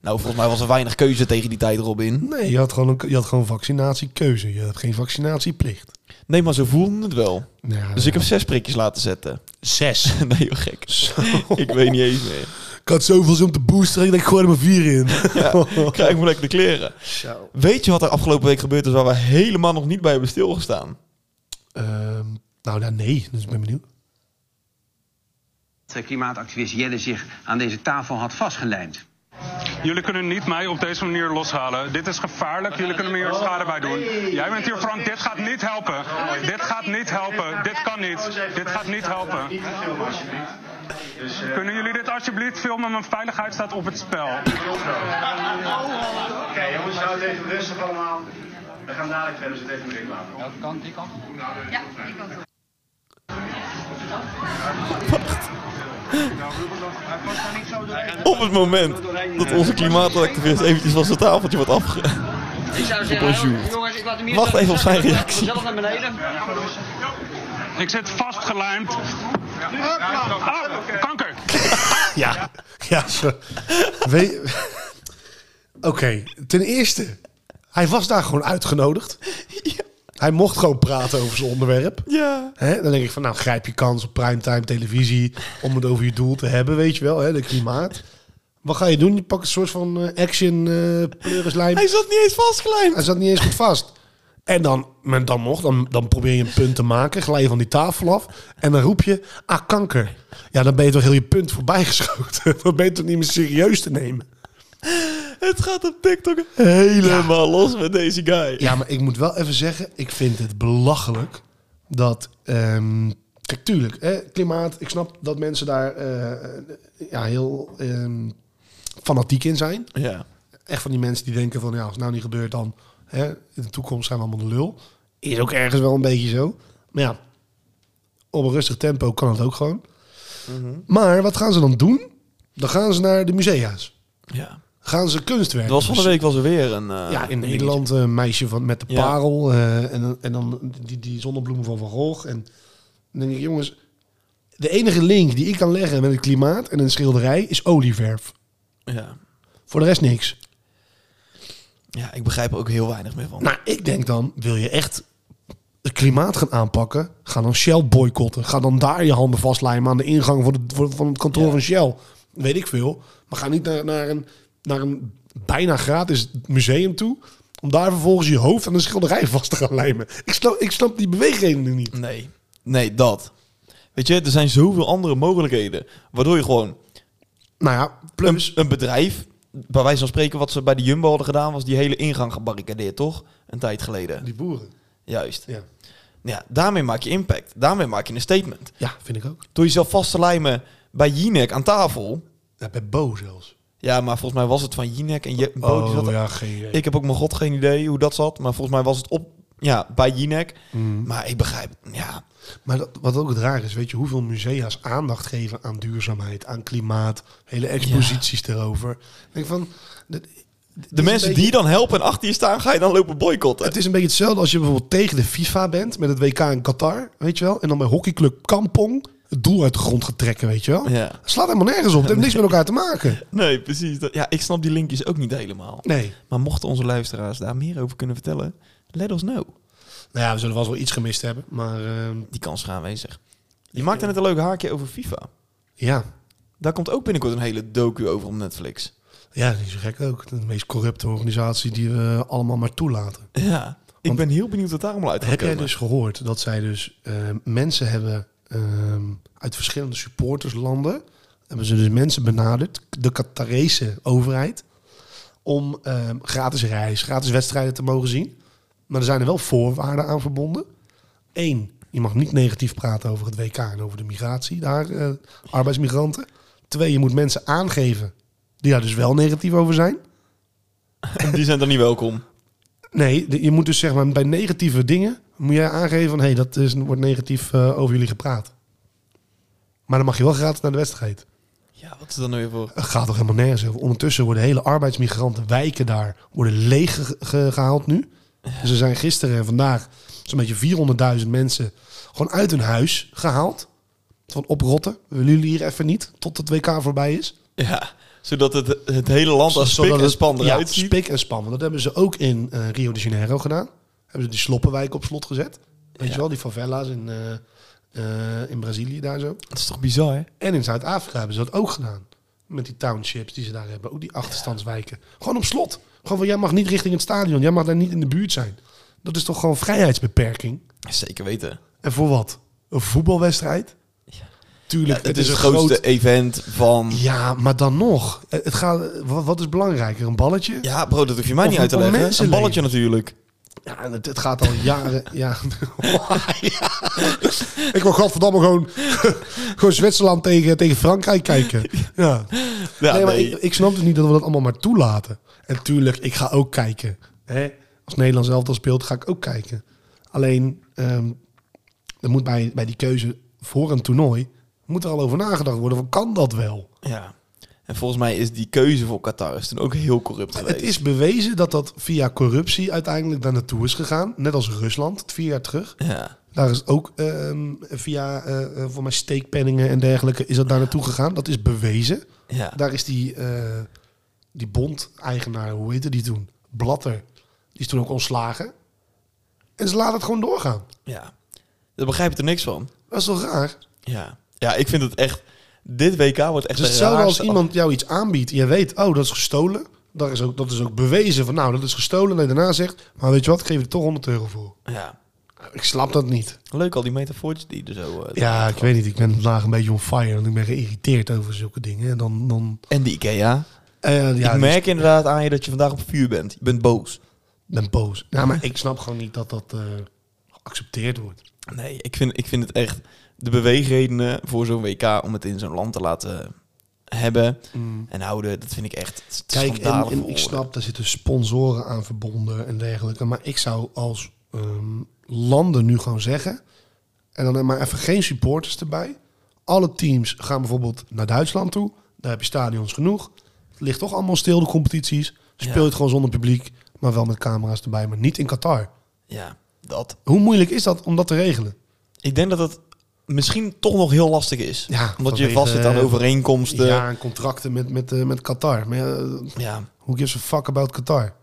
[SPEAKER 1] Nou, volgens mij was er weinig keuze tegen die tijd, Robin.
[SPEAKER 2] Nee, je had gewoon, een, je had gewoon vaccinatiekeuze. Je had geen vaccinatieplicht.
[SPEAKER 1] Nee, maar ze voelden het wel.
[SPEAKER 2] Ja,
[SPEAKER 1] Dus ik heb zes prikjes laten zetten.
[SPEAKER 2] zes.
[SPEAKER 1] [LAUGHS] nee, joh, gek. Ik weet niet eens meer.
[SPEAKER 2] Ik had zoveel zin om te boosteren. Ik denk, ik gooi er maar vier in.
[SPEAKER 1] Ja, ik krijg me lekker de kleren.
[SPEAKER 2] Zo.
[SPEAKER 1] Weet je wat er afgelopen week gebeurd is waar we helemaal nog niet bij hebben stilgestaan?
[SPEAKER 2] [LAUGHS] Ehm, nou, nou, nee. Dus ik ben benieuwd.
[SPEAKER 3] dat klimaatactivist Jelle zich aan deze tafel had vastgelijmd.
[SPEAKER 4] Jullie kunnen niet mij op deze manier loshalen. Dit is gevaarlijk. Jullie kunnen me hier schade bij doen. Jij bent hier, Frank. Dit gaat niet helpen. Dit gaat niet helpen. Dit kan
[SPEAKER 5] Oh,
[SPEAKER 4] niet. Dit gaat niet helpen.
[SPEAKER 5] Dus, eh,
[SPEAKER 4] Kunnen jullie dit alsjeblieft filmen? Mijn veiligheid staat op het spel.
[SPEAKER 5] Oké, jongens, nou het even rustig allemaal. We gaan dadelijk verder, dus het even erin laten.
[SPEAKER 1] Op het moment dat onze klimaatactivist eventjes van zijn tafeltje wordt afge...
[SPEAKER 6] Ik zou
[SPEAKER 1] Bonjour.
[SPEAKER 6] zeggen, jongens, ik laat hem hier
[SPEAKER 1] Wacht even op zijn
[SPEAKER 6] Ik laat
[SPEAKER 1] reactie.
[SPEAKER 6] mezelf naar beneden.
[SPEAKER 4] Ik zit vastgelijmd. Oh, kanker.
[SPEAKER 2] Ja. Ja, zo. Weet- Oké, ten eerste. Hij was daar gewoon uitgenodigd.
[SPEAKER 1] Ja.
[SPEAKER 2] Hij mocht gewoon praten over zijn onderwerp.
[SPEAKER 1] Ja.
[SPEAKER 2] Hè, dan denk ik van, nou grijp je kans op primetime televisie om het over je doel te hebben, weet je wel, hè, de klimaat. Wat ga je doen? Je pakt een soort van eh, action eh pleurislijm.
[SPEAKER 1] Hij zat niet eens vastgelijmd.
[SPEAKER 2] Hij zat niet eens goed vast. En dan, men dan nog, dan, dan probeer je een punt te maken, glij je van die tafel af en dan roep je, ah kanker. Ja, dan ben je toch heel je punt voorbijgeschoten. [LAUGHS] dan ben je toch niet meer serieus te nemen.
[SPEAKER 1] Het gaat op TikTok helemaal los met deze guy.
[SPEAKER 2] Ja, maar ik moet wel even zeggen, ik vind het belachelijk dat. ehm, kijk, tuurlijk, hè, klimaat. Ik snap dat mensen daar eh, ja, heel ehm, fanatiek in zijn.
[SPEAKER 1] Ja.
[SPEAKER 2] Echt van die mensen die denken van, ja, als het nou niet gebeurt, dan hè, in de toekomst zijn we allemaal de lul. Is ook ergens wel een beetje zo. Maar ja, op een rustig tempo kan het ook gewoon.
[SPEAKER 1] Mhm.
[SPEAKER 2] Maar wat gaan ze dan doen? Dan gaan ze naar de musea's.
[SPEAKER 1] ja.
[SPEAKER 2] Gaan ze kunstwerken.
[SPEAKER 1] Er was van de week was er weer een... eh,
[SPEAKER 2] Ja, in
[SPEAKER 1] dingetje.
[SPEAKER 2] Nederland eh, een meisje van, met de
[SPEAKER 1] Ja.
[SPEAKER 2] parel eh, en, dan- en dan die, die zonnebloemen van Van Gogh. En dan denk ik, jongens, de enige link die ik kan leggen met het klimaat en een schilderij is olieverf.
[SPEAKER 1] Ja.
[SPEAKER 2] Voor de rest niks.
[SPEAKER 1] ja, ik begrijp er ook heel weinig meer van.
[SPEAKER 2] Nou, ik denk dan, wil je echt het klimaat gaan aanpakken? Ga dan Shell boycotten. Ga dan daar je handen vastlijmen aan de ingang van, het- voor- van het kantoor
[SPEAKER 1] Ja.
[SPEAKER 2] van Shell. Weet ik veel. Maar ga niet naar, naar, een, naar een bijna gratis museum toe... om daar vervolgens je hoofd aan een schilderij [LAUGHS] vast te gaan lijmen. Ik snap, ik snap die bewegingen nu niet.
[SPEAKER 1] Nee. Nee, dat. Weet je, er zijn zoveel andere mogelijkheden. Waardoor je gewoon
[SPEAKER 2] Nou ja,
[SPEAKER 1] een,
[SPEAKER 2] plus...
[SPEAKER 1] een bedrijf... Bij wijze van spreken, wat ze bij de Jumbo hadden gedaan... was die hele ingang gebarricadeerd, toch? Een tijd geleden.
[SPEAKER 2] Die boeren.
[SPEAKER 1] Juist.
[SPEAKER 2] Ja.
[SPEAKER 1] Ja, daarmee maak je impact. Daarmee maak je een statement.
[SPEAKER 2] ja, vind ik ook.
[SPEAKER 1] Door jezelf vast te lijmen bij Jinek aan tafel.
[SPEAKER 2] Ja, bij Bo zelfs.
[SPEAKER 1] Ja, maar volgens mij was het van Jinek en Je Bo, die zat er-
[SPEAKER 2] Oh, ja, geen idee.
[SPEAKER 1] Ik heb ook mijn god geen idee hoe dat zat. Maar volgens mij was het op ja, bij Jinek. Maar ik begrijp, ja,
[SPEAKER 2] Maar dat, wat ook het raar is, weet je hoeveel musea's aandacht geven aan duurzaamheid, aan klimaat, hele exposities erover. Ik denk van, dat-
[SPEAKER 1] de mensen die je dan helpen en achter je staan, ga je dan lopen boycotten. [LAUGHS]
[SPEAKER 2] het is een beetje hetzelfde als je bijvoorbeeld tegen de FIFA bent met het WK in Qatar, weet je wel, en dan bij hockeyclub Kampong het doel uit de grond gaat trekken, weet je wel.
[SPEAKER 1] Ja.
[SPEAKER 2] Dat slaat helemaal nergens op, het heeft niks met elkaar te maken.
[SPEAKER 1] Nee, precies. Dat- ja, ik snap die linkjes ook niet helemaal.
[SPEAKER 2] Nee.
[SPEAKER 1] Maar mochten onze luisteraars daar meer over kunnen vertellen, let ons know.
[SPEAKER 2] Nou ja, we zullen vast wel iets gemist hebben, maar ehm,
[SPEAKER 1] Die kans is aanwezig. Je maakte net een leuk haakje over FIFA.
[SPEAKER 2] ja.
[SPEAKER 1] Daar komt ook binnenkort een hele docu over op Netflix.
[SPEAKER 2] Ja, dat is gek ook. De meest corrupte organisatie die we allemaal maar toelaten.
[SPEAKER 1] Ja, ik
[SPEAKER 2] Want-
[SPEAKER 1] ben heel benieuwd wat daar allemaal uit gaat
[SPEAKER 2] Heb jij
[SPEAKER 1] komen.
[SPEAKER 2] dus gehoord dat zij dus ehm, mensen hebben ehm, uit verschillende supporterslanden... hebben ze dus mensen benaderd, de Qatarese overheid... om ehm, gratis reis, gratis wedstrijden te mogen zien. Maar er zijn er wel voorwaarden aan verbonden. Eén, je mag niet negatief praten over het WK en over de migratie daar, eh, arbeidsmigranten. Twee, je moet mensen aangeven die daar dus wel negatief over zijn.
[SPEAKER 1] dus- Die zijn dan niet welkom.
[SPEAKER 2] Nee, de- je moet dus zeg maar bij negatieve dingen moet jij aangeven van hé, hey, dat is, wordt negatief eh, over jullie gepraat. Maar dan mag je wel gratis naar de wedstrijd.
[SPEAKER 1] [LAUGHS] Ja, wat is dat nou weer voor?
[SPEAKER 2] Het gaat toch helemaal nergens over. Ondertussen worden hele arbeidsmigranten wijken daar worden leeg ge- ge- gehaald nu. Dus er zijn gisteren en vandaag zo'n beetje 400.000 mensen gewoon uit hun huis gehaald. Van oprotten. Willen jullie hier even niet tot het WK voorbij is?
[SPEAKER 1] Ja, Zodat het, het hele land als spik
[SPEAKER 2] Zodat
[SPEAKER 1] en
[SPEAKER 2] het-
[SPEAKER 1] span
[SPEAKER 2] ja,
[SPEAKER 1] eruit ziet.
[SPEAKER 2] spik en span. Want dat hebben ze ook in eh, Rio de Janeiro gedaan. Hebben ze die sloppenwijk op slot gezet. Weet
[SPEAKER 1] Ja.
[SPEAKER 2] je wel, die favela's in, eh, eh, in Brazilië daar zo.
[SPEAKER 1] Dat is toch bizar, hè?
[SPEAKER 2] En in Zuid-Afrika hebben ze dat ook gedaan. Met die townships die ze daar hebben. Ook die achterstandswijken. Gewoon op slot. Gewoon van, jij mag niet richting het stadion. Jij mag daar niet in de buurt zijn. Dat is toch gewoon vrijheidsbeperking?
[SPEAKER 1] Zeker weten.
[SPEAKER 2] En voor wat? Een voetbalwedstrijd? Tuurlijk,
[SPEAKER 1] het, is het grootste e-
[SPEAKER 2] groot-
[SPEAKER 1] event van...
[SPEAKER 2] Ja, maar dan nog. Eh, Het gaat, wa- wat is belangrijker? Een balletje? Ja,
[SPEAKER 1] Ja, bro, dat hoef je mij
[SPEAKER 2] Of
[SPEAKER 1] niet uit te
[SPEAKER 2] hoeveel
[SPEAKER 1] leggen.
[SPEAKER 2] mensen
[SPEAKER 1] Een balletje natuurlijk. [LAUGHS]
[SPEAKER 2] en het, het gaat al jaren... [LAUGHS] ja. [LAUGHS] Ja. Ik wil godverdamme gewoon, [LAUGHS] gewoon Zwitserland tegen, tegen Frankrijk kijken. Ja.
[SPEAKER 1] Ja,
[SPEAKER 2] nee, maar
[SPEAKER 1] nee.
[SPEAKER 2] Ik, ik snap dus niet dat we dat allemaal maar toelaten. En tuurlijk, ik ga ook kijken. Hè? Als Nederland zelf dat speelt, ga ik ook kijken. Alleen, ehm er moet bij, bij die keuze voor een toernooi... moet er al over nagedacht worden van, kan dat wel?
[SPEAKER 1] Ja. En volgens mij is die keuze voor Qatar is toen ook heel corrupt geweest.
[SPEAKER 2] Het is bewezen dat dat via corruptie uiteindelijk daar naartoe is gegaan. Net als Rusland, vier jaar terug.
[SPEAKER 1] Ja.
[SPEAKER 2] Daar is het ook ehm, via, eh, eh, voor mij, steekpenningen en dergelijke... is dat daar naartoe gegaan. Dat is bewezen.
[SPEAKER 1] Ja.
[SPEAKER 2] Daar is die, eh, die bond-eigenaar, hoe heette die toen? Blatter. Die is toen ook ontslagen. En ze laten het gewoon doorgaan.
[SPEAKER 1] ja. Daar begrijp ik er niks van.
[SPEAKER 2] Dat is toch raar?
[SPEAKER 1] Ja. Ja, ik vind het echt... Dit WK wordt echt
[SPEAKER 2] Dus
[SPEAKER 1] de
[SPEAKER 2] hetzelfde als
[SPEAKER 1] raarste
[SPEAKER 2] iemand jou iets aanbiedt. en Je weet, oh, dat is gestolen. Daar is ook, dat is ook bewezen van, nou, dat is gestolen. En daarna zegt, maar weet je wat, ik geef er toch 100 euro voor.
[SPEAKER 1] af- Ja.
[SPEAKER 2] Ik snap dat niet.
[SPEAKER 1] Leuk al die metafoortjes die er zo... eh,
[SPEAKER 2] Ja, ik weet niet. Ik ben vandaag een beetje on fire. En ik ben geïrriteerd over zulke dingen. En dan... dan
[SPEAKER 1] En die Ikea.
[SPEAKER 2] eh, ja, dus
[SPEAKER 1] ik merk inderdaad aan je dat je vandaag op vuur bent. Je bent boos.
[SPEAKER 2] Ik ben boos. Ja, maar ik snap gewoon niet dat dat eh, geaccepteerd wordt.
[SPEAKER 1] Nee, ik vind, ik vind het echt de beweegredenen voor zo'n WK om het in zo'n land te laten hebben en houden. Dat vind ik echt het is
[SPEAKER 2] Mm. Kijk, en,
[SPEAKER 1] schandalig
[SPEAKER 2] en
[SPEAKER 1] voor
[SPEAKER 2] ik
[SPEAKER 1] woorden.
[SPEAKER 2] snap, daar zitten sponsoren aan verbonden en dergelijke. Maar ik zou als ehm, landen nu gewoon zeggen... en dan maar even geen supporters erbij. Alle teams gaan bijvoorbeeld naar Duitsland toe. Daar heb je stadions genoeg. Het ligt toch allemaal stil, de competities. Speel je het gewoon zonder publiek, maar wel met camera's erbij. Maar niet in Qatar.
[SPEAKER 1] Ja, dat.
[SPEAKER 2] Hoe moeilijk is dat om dat te regelen?
[SPEAKER 1] Ik denk dat het misschien toch nog heel lastig is.
[SPEAKER 2] Ja,
[SPEAKER 1] omdat je
[SPEAKER 2] vanwege- eh,
[SPEAKER 1] vast zit aan overeenkomsten.
[SPEAKER 2] Ja, en contracten met, met, eh, met Qatar. Maar ja, eh,
[SPEAKER 1] Ja,
[SPEAKER 2] who gives a fuck about Qatar?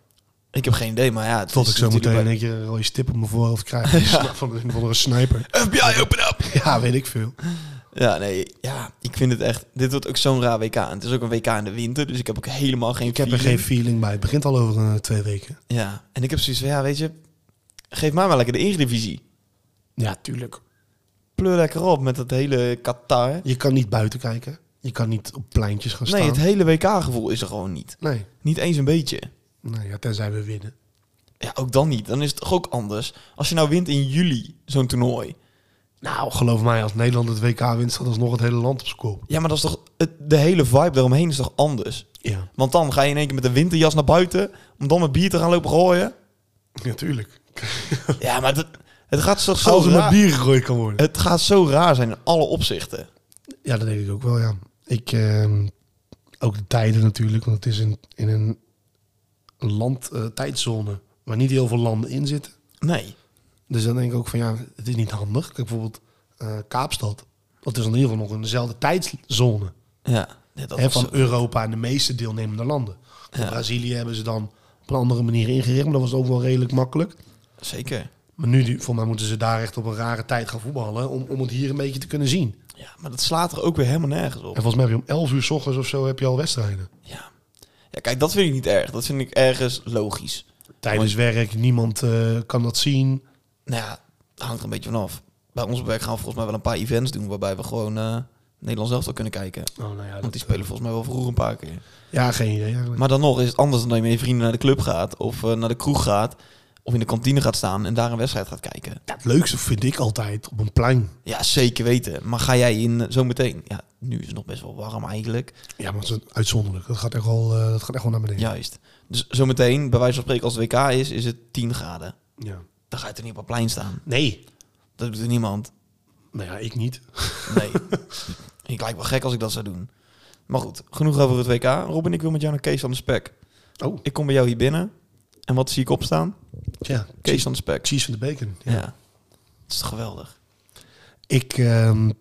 [SPEAKER 1] ik heb geen idee, maar ja. het
[SPEAKER 2] Tot
[SPEAKER 1] is
[SPEAKER 2] ik zo
[SPEAKER 1] natuurlijk
[SPEAKER 2] meteen
[SPEAKER 1] bij-
[SPEAKER 2] een keer een rode stip op mijn voorhoofd krijg. Van- Van een van een sniper.
[SPEAKER 1] FBI, open up!
[SPEAKER 2] [LAUGHS] Ja, weet ik veel.
[SPEAKER 1] Ja, nee, ja, ik vind het echt... Dit wordt ook zo'n raar WK. En het is ook een WK in de winter, dus ik heb ook helemaal geen
[SPEAKER 2] Ik heb er geen feeling bij. Het begint al over eh, twee weken.
[SPEAKER 1] Ja, en ik heb zoiets van, ja, weet je... Geef mij maar lekker de Eredivisie.
[SPEAKER 2] Ja, tuurlijk.
[SPEAKER 1] Pleur lekker op met dat hele Qatar.
[SPEAKER 2] Je kan niet buiten kijken. Je kan niet op pleintjes gaan staan.
[SPEAKER 1] Nee, het hele WK-gevoel is er gewoon niet.
[SPEAKER 2] nee.
[SPEAKER 1] Niet eens een beetje.
[SPEAKER 2] nee ja, tenzij we winnen.
[SPEAKER 1] Ja, ook dan niet. Dan is het toch ook anders. Als je nou wint in juli, zo'n toernooi.
[SPEAKER 2] Nou, geloof mij, als Nederland het WK wint, staat alsnog het hele land op zijn kop.
[SPEAKER 1] Ja, maar dat is toch... Het, de hele vibe daaromheen is toch anders?
[SPEAKER 2] Ja,
[SPEAKER 1] Want dan ga je in één keer met een winterjas naar buiten... om dan met bier te gaan lopen
[SPEAKER 2] [LAUGHS]
[SPEAKER 1] gooien.
[SPEAKER 2] natuurlijk.
[SPEAKER 1] Ja, maar dat, het gaat toch zo
[SPEAKER 2] Als er met
[SPEAKER 1] raar...
[SPEAKER 2] bier gegooid kan worden.
[SPEAKER 1] Het gaat zo raar zijn in alle opzichten.
[SPEAKER 2] Ja, dat denk ik ook wel, ja. Ik, ehm, ook de tijden natuurlijk, want het is in, in een land, eh, tijdzone, waar niet heel veel landen in zitten.
[SPEAKER 1] Nee.
[SPEAKER 2] Dus dan denk ik ook van, ja, het is niet handig. Kijk bijvoorbeeld eh, Kaapstad. Dat is dan in ieder geval nog in dezelfde tijdzone
[SPEAKER 1] Ja. Ja, dat
[SPEAKER 2] hè,
[SPEAKER 1] is
[SPEAKER 2] van
[SPEAKER 1] zo.
[SPEAKER 2] Europa en de meeste deelnemende landen. In
[SPEAKER 1] Ja.
[SPEAKER 2] Brazilië hebben ze dan op een andere manier ingericht, maar dat was ook wel redelijk makkelijk.
[SPEAKER 1] Zeker.
[SPEAKER 2] Maar nu, die- voor mij moeten ze daar echt op een rare tijd gaan voetballen om, om het hier een beetje te kunnen zien.
[SPEAKER 1] Ja, maar dat slaat er ook weer helemaal nergens op.
[SPEAKER 2] En volgens mij heb je om 11 uur s ochtends of zo heb je al wedstrijden.
[SPEAKER 1] Ja. ja, kijk, dat vind ik niet erg. Dat vind ik ergens logisch.
[SPEAKER 2] Tijdens werk, niemand eh, kan dat zien.
[SPEAKER 1] Nou ja, dat hangt er een beetje vanaf. Bij ons op werk gaan we volgens mij wel een paar events doen... waarbij we gewoon eh Nederland zelf wel kunnen kijken.
[SPEAKER 2] Oh, nou ja,
[SPEAKER 1] Want die spelen volgens mij wel vroeger een paar keer.
[SPEAKER 2] ja, geen idee eigenlijk.
[SPEAKER 1] Maar dan nog is het anders dan dat je met je vrienden naar de club gaat... of eh, naar de kroeg gaat... of in de kantine gaat staan en daar een wedstrijd gaat kijken.
[SPEAKER 2] Ja, het leukste vind ik altijd op een plein.
[SPEAKER 1] Ja, zeker weten. Maar ga jij in eh, zo meteen? Ja, nu is het nog best wel warm eigenlijk.
[SPEAKER 2] Ja, maar dat is uitzonderlijk. Dat gaat echt wel, eh, dat gaat echt wel naar beneden.
[SPEAKER 1] Juist. Dus zo meteen, bij wijze van spreken, als het WK is, is het 10 graden.
[SPEAKER 2] Ja.
[SPEAKER 1] Dan ga je toch niet op het plein staan.
[SPEAKER 2] Nee.
[SPEAKER 1] Dat doet er niemand.
[SPEAKER 2] Nou ja, ik niet.
[SPEAKER 1] [LAUGHS] Nee. ik lijk wel gek als ik dat zou doen. Maar goed, genoeg over het WK. Robin, ik wil met jou naar Kees aan de Spek.
[SPEAKER 2] Oh,
[SPEAKER 1] Ik kom bij jou hier binnen. En wat zie ik opstaan?
[SPEAKER 2] ja.
[SPEAKER 1] Kees aan de Spek.
[SPEAKER 2] Cheese van de bacon.
[SPEAKER 1] Ja. Dat is toch geweldig.
[SPEAKER 2] Ik, ehm,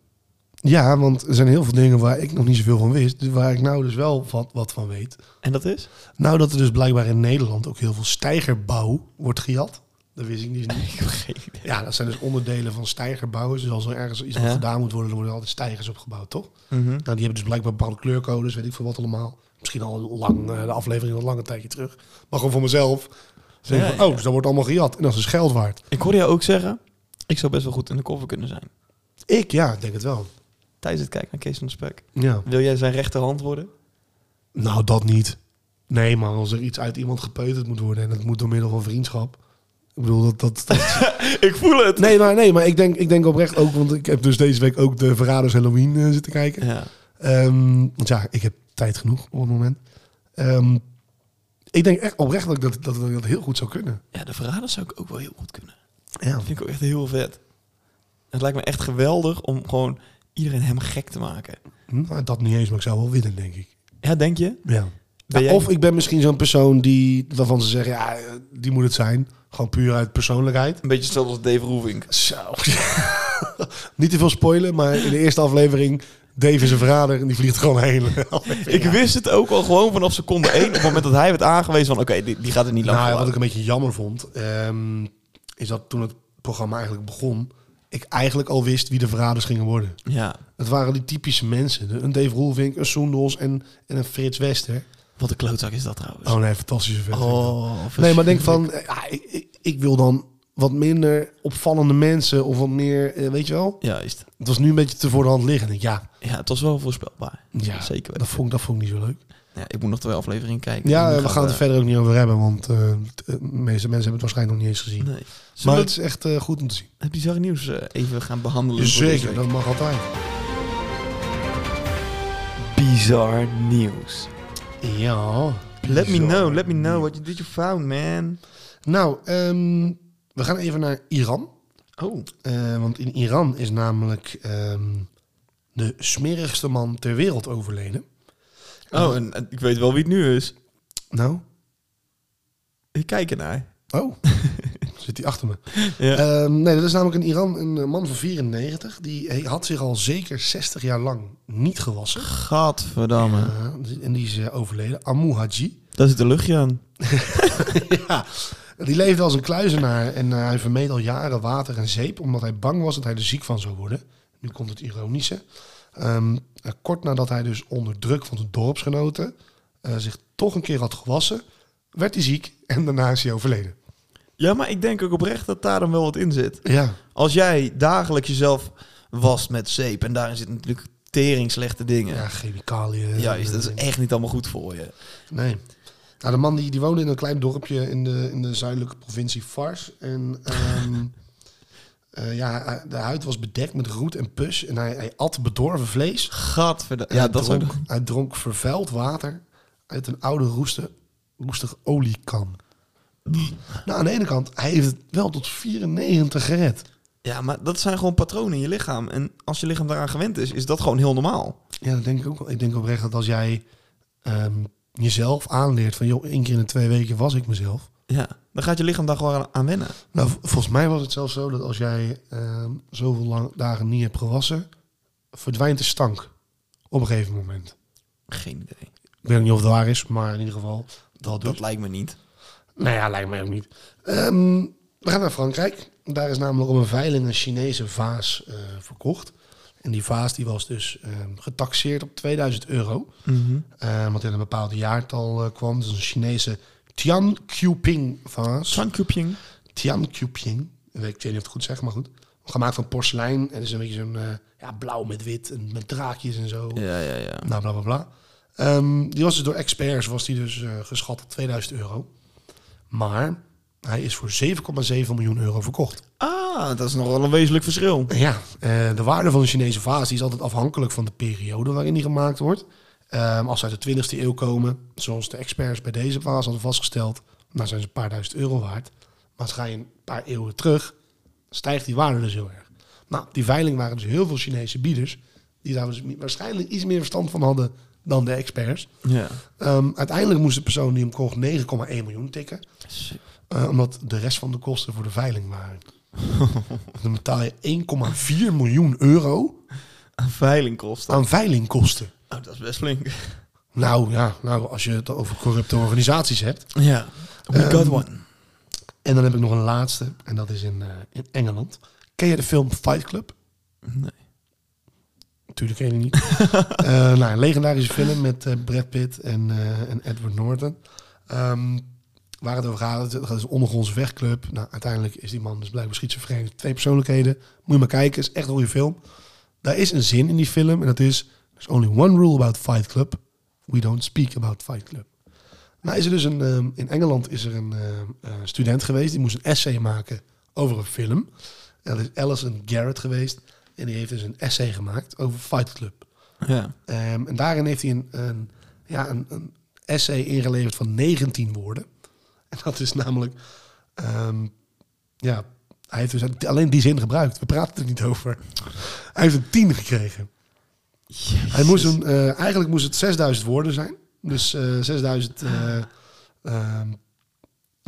[SPEAKER 2] Ja, want er zijn heel veel dingen waar ik nog niet zoveel van wist. dus Waar ik nou dus wel wat, wat van weet.
[SPEAKER 1] En dat is?
[SPEAKER 2] Nou, dat er dus blijkbaar in Nederland ook heel veel stijgerbouw wordt gejat. Dat wist ik dus niet.
[SPEAKER 1] Ik heb geen idee.
[SPEAKER 2] Ja, dat zijn dus onderdelen van stijgerbouwers. Dus als er ergens iets
[SPEAKER 1] Ja.
[SPEAKER 2] aan gedaan moet worden, dan worden er altijd stijgers opgebouwd, toch?
[SPEAKER 1] Mhm.
[SPEAKER 2] Nou, die hebben dus blijkbaar bepaalde kleurcodes, weet ik veel wat allemaal. Misschien al lang, eh, de aflevering al een lange tijdje terug. Maar gewoon voor mezelf. Zeg
[SPEAKER 1] Ja,
[SPEAKER 2] van,
[SPEAKER 1] ja.
[SPEAKER 2] Oh, dus dat wordt allemaal gejat. En dat is dus geld waard.
[SPEAKER 1] Ik hoorde jou ook zeggen, ik zou best wel goed in de koffer kunnen zijn.
[SPEAKER 2] Ik, ja, ik denk het wel.
[SPEAKER 1] Tijdens het kijken naar Kees van de Spek.
[SPEAKER 2] Ja.
[SPEAKER 1] Wil jij zijn rechterhand worden?
[SPEAKER 2] Nou, dat niet. Nee, maar als er iets uit iemand gepeuterd moet worden... en dat moet door middel van vriendschap... Ik bedoel, dat, dat,
[SPEAKER 1] [LAUGHS]
[SPEAKER 2] dat-
[SPEAKER 1] Ik voel het!
[SPEAKER 2] Nee, maar, nee, maar ik, denk, ik denk oprecht ook... want ik heb dus deze week ook de Verraders Halloween eh, zitten kijken.
[SPEAKER 1] Ja.
[SPEAKER 2] Ehm, want ja, ik heb tijd genoeg op het moment. Ehm, ik denk echt oprecht dat ik dat, dat, dat ik dat heel goed zou kunnen.
[SPEAKER 1] ja, de verraders zou ik ook wel heel goed kunnen.
[SPEAKER 2] Ja.
[SPEAKER 1] Dat vind ik ook echt heel vet. Het lijkt me echt geweldig om gewoon iedereen helemaal gek te maken.
[SPEAKER 2] Nou, dat niet eens, maar ik zou wel winnen, denk ik.
[SPEAKER 1] Ja, denk je?
[SPEAKER 2] Ja.
[SPEAKER 1] Ben jij-
[SPEAKER 2] of ik ben misschien zo'n persoon die, waarvan ze zeggen, ja, eh, die moet het zijn. Gewoon puur uit persoonlijkheid.
[SPEAKER 1] Een beetje hetzelfde als Dave Roevink.
[SPEAKER 2] Zo. [LAUGHS] niet te veel spoilen, maar in de eerste aflevering, Dave is een verrader en die vliegt gewoon heen. [LAUGHS]
[SPEAKER 1] Ik wist het ook al gewoon vanaf seconde 1. Op het moment dat hij werd aangewezen van... Oké, die, die gaat er niet lang
[SPEAKER 2] Nou, ja,
[SPEAKER 1] voor
[SPEAKER 2] wat ik
[SPEAKER 1] houden.
[SPEAKER 2] een beetje jammer vond, ehm, is dat toen het programma eigenlijk begon, ik eigenlijk al wist wie de verraders gingen worden.
[SPEAKER 1] Ja,
[SPEAKER 2] Het waren die typische mensen. De- Een Dave Roelvink, een Soendos en, en een Frits Wester.
[SPEAKER 1] wat een klootzak is dat trouwens.
[SPEAKER 2] Oh nee, fantastische vent.
[SPEAKER 1] Oh,
[SPEAKER 2] nee, maar denk van, eh, ja, ik, ik, ik wil dan wat minder opvallende mensen of wat meer, eh, weet je wel?
[SPEAKER 1] Juist.
[SPEAKER 2] Het was nu een beetje te voor de hand liggen. Ik denk, ja,
[SPEAKER 1] Ja, het was wel voorspelbaar.
[SPEAKER 2] ja
[SPEAKER 1] Zeker weten.
[SPEAKER 2] Dat vond, ik- dat vond ik niet zo leuk.
[SPEAKER 1] Ja, ik moet nog twee afleveringen kijken.
[SPEAKER 2] Ja,
[SPEAKER 1] Nu
[SPEAKER 2] eh, we
[SPEAKER 1] gaat,
[SPEAKER 2] gaan het
[SPEAKER 1] eh,
[SPEAKER 2] er verder ook niet over hebben, want eh, t- eh, de meeste mensen hebben het waarschijnlijk nog niet eens gezien.
[SPEAKER 1] Nee. Zullen
[SPEAKER 2] Maar
[SPEAKER 1] we
[SPEAKER 2] het is echt eh, goed om te zien.
[SPEAKER 1] het bizarre nieuws eh, even gaan behandelen? voor deze
[SPEAKER 2] Zeker,
[SPEAKER 1] week?
[SPEAKER 2] dat mag altijd.
[SPEAKER 1] Bizar nieuws.
[SPEAKER 2] Ja.
[SPEAKER 1] Let me know, let me know what you did you found, man.
[SPEAKER 2] Nou, ehm, we gaan even naar Iran.
[SPEAKER 1] Oh.
[SPEAKER 2] Eh, want in Iran is namelijk ehm, de smerigste man ter wereld overleden.
[SPEAKER 1] Oh, en, en ik weet wel wie het nu is.
[SPEAKER 2] Nou,
[SPEAKER 1] Ik kijk ernaar.
[SPEAKER 2] oh, [LAUGHS] zit hij achter me.
[SPEAKER 1] Ja.
[SPEAKER 2] Ehm, nee, dat is namelijk in Iran een eh, man van 94. Die eh, had zich al zeker 60 jaar lang niet gewassen.
[SPEAKER 1] Gadverdamme.
[SPEAKER 2] Eh, en die is eh, overleden. Amu Haji.
[SPEAKER 1] Daar zit een luchtje aan.
[SPEAKER 2] [LAUGHS] ja. Die leefde als een kluizenaar en eh, hij vermeed al jaren water en zeep... omdat hij bang was dat hij er ziek van zou worden. Nu komt het ironische. Ehm, eh, kort nadat hij dus onder druk van de dorpsgenoten... eh, zich toch een keer had gewassen, werd hij ziek en daarna is hij overleden.
[SPEAKER 1] Ja, maar ik denk ook oprecht dat daar dan wel wat in zit.
[SPEAKER 2] Ja,
[SPEAKER 1] Als jij dagelijks jezelf wast met zeep... en daarin zitten natuurlijk tering slechte dingen.
[SPEAKER 2] ja chemicaliën.
[SPEAKER 1] Juist, dat is
[SPEAKER 2] Eh,
[SPEAKER 1] echt niet allemaal goed voor je.
[SPEAKER 2] Nee. Nou, de man die, die woonde in een klein dorpje in de, in de zuidelijke provincie Fars. En
[SPEAKER 1] [LAUGHS]
[SPEAKER 2] ehm, eh, ja, hij- de huid was bedekt met roet en pus. En hij, hij at bedorven vlees.
[SPEAKER 1] Gadverdamme.
[SPEAKER 2] En
[SPEAKER 1] Ja,
[SPEAKER 2] hij
[SPEAKER 1] dat zou
[SPEAKER 2] dronk, Hij dronk vervuild water uit een oude roeste, roestige oliekan. Nou, aan de ene kant, hij heeft het wel tot 94 gered.
[SPEAKER 1] Ja, maar dat zijn gewoon patronen in je lichaam. En als je lichaam daaraan gewend is, is dat gewoon heel normaal.
[SPEAKER 2] Ja, dat denk ik ook wel. Ik denk oprecht dat als jij ehm, jezelf aanleert van... joh, één keer in de twee weken was ik mezelf.
[SPEAKER 1] Ja, dan gaat je lichaam daar gewoon aan- aan wennen.
[SPEAKER 2] Nou, v- volgens mij was het zelfs zo dat als jij ehm, zoveel lang, dagen niet hebt gewassen, verdwijnt de stank op een gegeven moment.
[SPEAKER 1] Geen idee.
[SPEAKER 2] Ik weet niet of het waar is, maar in ieder geval dat doet.
[SPEAKER 1] Dat lijkt me niet.
[SPEAKER 2] nou ja, lijkt mij ook niet. Ehm, we gaan naar Frankrijk. Daar is namelijk op een veiling een Chinese vaas eh, verkocht. En die vaas die was dus ehm, getaxeerd op 2000 euro. Ehm, want in een bepaald jaartal eh, kwam. Dus een Chinese Tian Quping vaas.
[SPEAKER 1] Sankupjing.
[SPEAKER 2] Tian Quping. Ik weet ik weet niet of ik het goed zeg, maar goed. Gemaakt van porselein. En is een beetje zo'n eh, ja, blauw met wit en met draakjes en zo.
[SPEAKER 1] Ja, ja, ja.
[SPEAKER 2] Nou, bla bla bla. Ehm, die was dus door experts was die dus, eh, geschat op 2000 euro. Maar hij is voor 7,7 miljoen euro verkocht.
[SPEAKER 1] Ah, dat is nog wel een wezenlijk verschil.
[SPEAKER 2] En Ja, eh, de waarde van een Chinese vaas die is altijd afhankelijk van de periode waarin die gemaakt wordt. Ehm, als ze uit de 20e eeuw komen, zoals de experts bij deze vaas hadden vastgesteld, dan zijn ze een paar duizend euro waard. Maar als ga je een paar eeuwen terug, stijgt die waarde dus heel erg. Nou, op die veiling waren dus heel veel Chinese bieders, die daar dus waarschijnlijk iets meer verstand van hadden dan de experts.
[SPEAKER 1] Ja.
[SPEAKER 2] Ehm, uiteindelijk moest de persoon die hem kocht 9,1 miljoen tikken. Eh, omdat de rest van de kosten voor de veiling waren. Dan betaal je 1,4 miljoen euro
[SPEAKER 1] Aan veiling kosten.
[SPEAKER 2] aan veilingkosten.
[SPEAKER 1] Oh, dat is best flink.
[SPEAKER 2] Nou ja, nou, als je het over corrupte organisaties hebt.
[SPEAKER 1] Ja. We
[SPEAKER 2] Ehm,
[SPEAKER 1] got one.
[SPEAKER 2] En dan heb ik nog een laatste, en dat is in, eh, in Engeland. Ken je de film Fight Club?
[SPEAKER 1] Nee.
[SPEAKER 2] Natuurlijk ken je die niet. [LAUGHS] Eh, nou, een legendarische film met eh, Brad Pitt en, eh, en Edward Norton. Ehm, waar het over gaat, het is een ondergrondse wegclub. Nou, uiteindelijk is die man dus blijkbaar schizofreen. Twee persoonlijkheden. Moet je maar kijken, is echt een goede film. Daar is een zin in die film en dat is... There's only one rule about Fight Club. We don't speak about Fight Club. Nou is er dus een... ehm, in Engeland is er een ehm, eh, student geweest. Die moest een essay maken over een film. En dat is Alison Garrett geweest. En die heeft dus een essay gemaakt over Fight Club.
[SPEAKER 1] Ja.
[SPEAKER 2] Ehm, en daarin heeft hij een, een, ja, een, een essay ingeleverd van 19 woorden. [LAUGHS] En dat is namelijk... ehm, ja, hij heeft dus alleen die zin gebruikt. We praten er niet over. Hij heeft een 10 gekregen. Hij moest een, eh, eigenlijk moest het 6000 woorden zijn. Dus eh 6000 eh, ehm,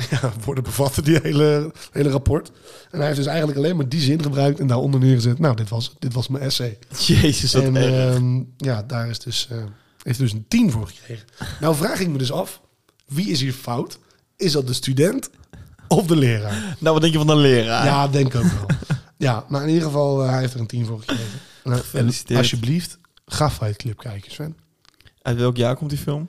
[SPEAKER 2] [LAUGHS] ja, woorden bevatten die hele, hele rapport. En hij heeft dus eigenlijk alleen maar die zin gebruikt en daaronder neergezet. Nou, dit was, dit was mijn essay.
[SPEAKER 1] Jezus, dat
[SPEAKER 2] en
[SPEAKER 1] erg.
[SPEAKER 2] ehm, ja, daar is dus, eh, heeft dus een 10 voor gekregen. Nou vraag ik me dus af, wie is hier fout? Is dat de student of de leraar?
[SPEAKER 1] Nou, wat denk je van een leraar?
[SPEAKER 2] Ja, denk ik ook wel. ja, maar in ieder geval, eh, hij heeft er een 10 voor gekregen. Nou, en
[SPEAKER 1] Gefeliciteerd.
[SPEAKER 2] Alsjeblieft, ga Fight Club kijken, Sven.
[SPEAKER 1] Uit welk jaar komt die film?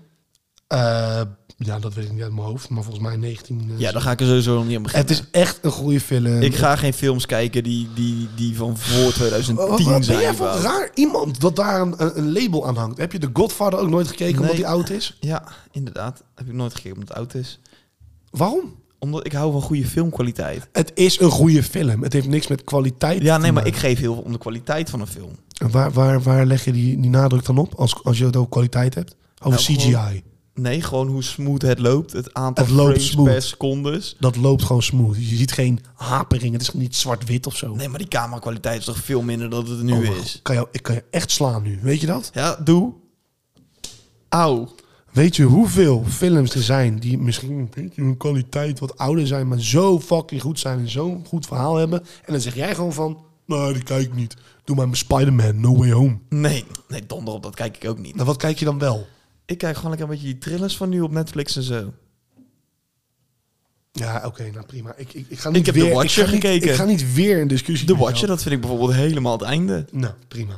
[SPEAKER 2] Eh, ja, dat weet ik niet uit mijn hoofd, maar volgens mij 19... eh,
[SPEAKER 1] Ja, daar ga ik er sowieso nog niet aan beginnen.
[SPEAKER 2] Het is echt een goede film.
[SPEAKER 1] Ik ga geen films kijken die, die, die van voor 2010
[SPEAKER 2] Wat- Wat, wat
[SPEAKER 1] zijn.
[SPEAKER 2] ben jij voor
[SPEAKER 1] überhaupt.
[SPEAKER 2] raar iemand dat daar een, een- een label aan hangt? Heb je The Godfather ook nooit gekeken omdat
[SPEAKER 1] Nee.
[SPEAKER 2] hij oud is?
[SPEAKER 1] Ja, inderdaad. Heb ik nooit gekeken omdat het oud is.
[SPEAKER 2] Waarom?
[SPEAKER 1] Omdat ik hou van goede filmkwaliteit.
[SPEAKER 2] Het is een goede film. Het heeft niks met kwaliteit
[SPEAKER 1] Ja,
[SPEAKER 2] te
[SPEAKER 1] nee, maar ik
[SPEAKER 2] maken.
[SPEAKER 1] geef heel veel om de kwaliteit van een film.
[SPEAKER 2] En Waar, waar, waar leg je die, die nadruk dan op als, als je het over kwaliteit hebt? Over
[SPEAKER 1] Nou,
[SPEAKER 2] CGI.
[SPEAKER 1] gewoon- Nee, gewoon hoe smooth het loopt. Het aantal
[SPEAKER 2] Het loopt
[SPEAKER 1] frames
[SPEAKER 2] smooth.
[SPEAKER 1] per secondes.
[SPEAKER 2] dat loopt gewoon smooth. Je ziet geen hapering. Het is niet zwart-wit of zo.
[SPEAKER 1] Nee, maar die camerakwaliteit is toch veel minder dan het nu
[SPEAKER 2] Oh,
[SPEAKER 1] is.
[SPEAKER 2] Kan jou, ik kan je echt slaan nu. Weet je dat?
[SPEAKER 1] Ja, doe. Auw.
[SPEAKER 2] Weet je hoeveel films er zijn die misschien weet je, hun kwaliteit wat ouder zijn, maar zo fucking goed zijn en zo'n goed verhaal hebben. En dan zeg jij gewoon van, nou die kijk ik niet. Doe maar mijn Spider-Man, No Way Home.
[SPEAKER 1] Nee, nee, donder op, dat kijk ik ook niet.
[SPEAKER 2] Nou, wat kijk je dan wel?
[SPEAKER 1] Ik kijk gewoon lekker een beetje die thrillers van nu op Netflix en zo.
[SPEAKER 2] Ja, oké, nou prima. Ik, ik, ik ga niet
[SPEAKER 1] heb
[SPEAKER 2] weer,
[SPEAKER 1] The Watcher
[SPEAKER 2] ik ga niet-
[SPEAKER 1] gekeken.
[SPEAKER 2] ik ga niet weer een discussie
[SPEAKER 1] De
[SPEAKER 2] met
[SPEAKER 1] Watcher,
[SPEAKER 2] jou.
[SPEAKER 1] dat vind ik bijvoorbeeld helemaal het einde.
[SPEAKER 2] Nou, prima.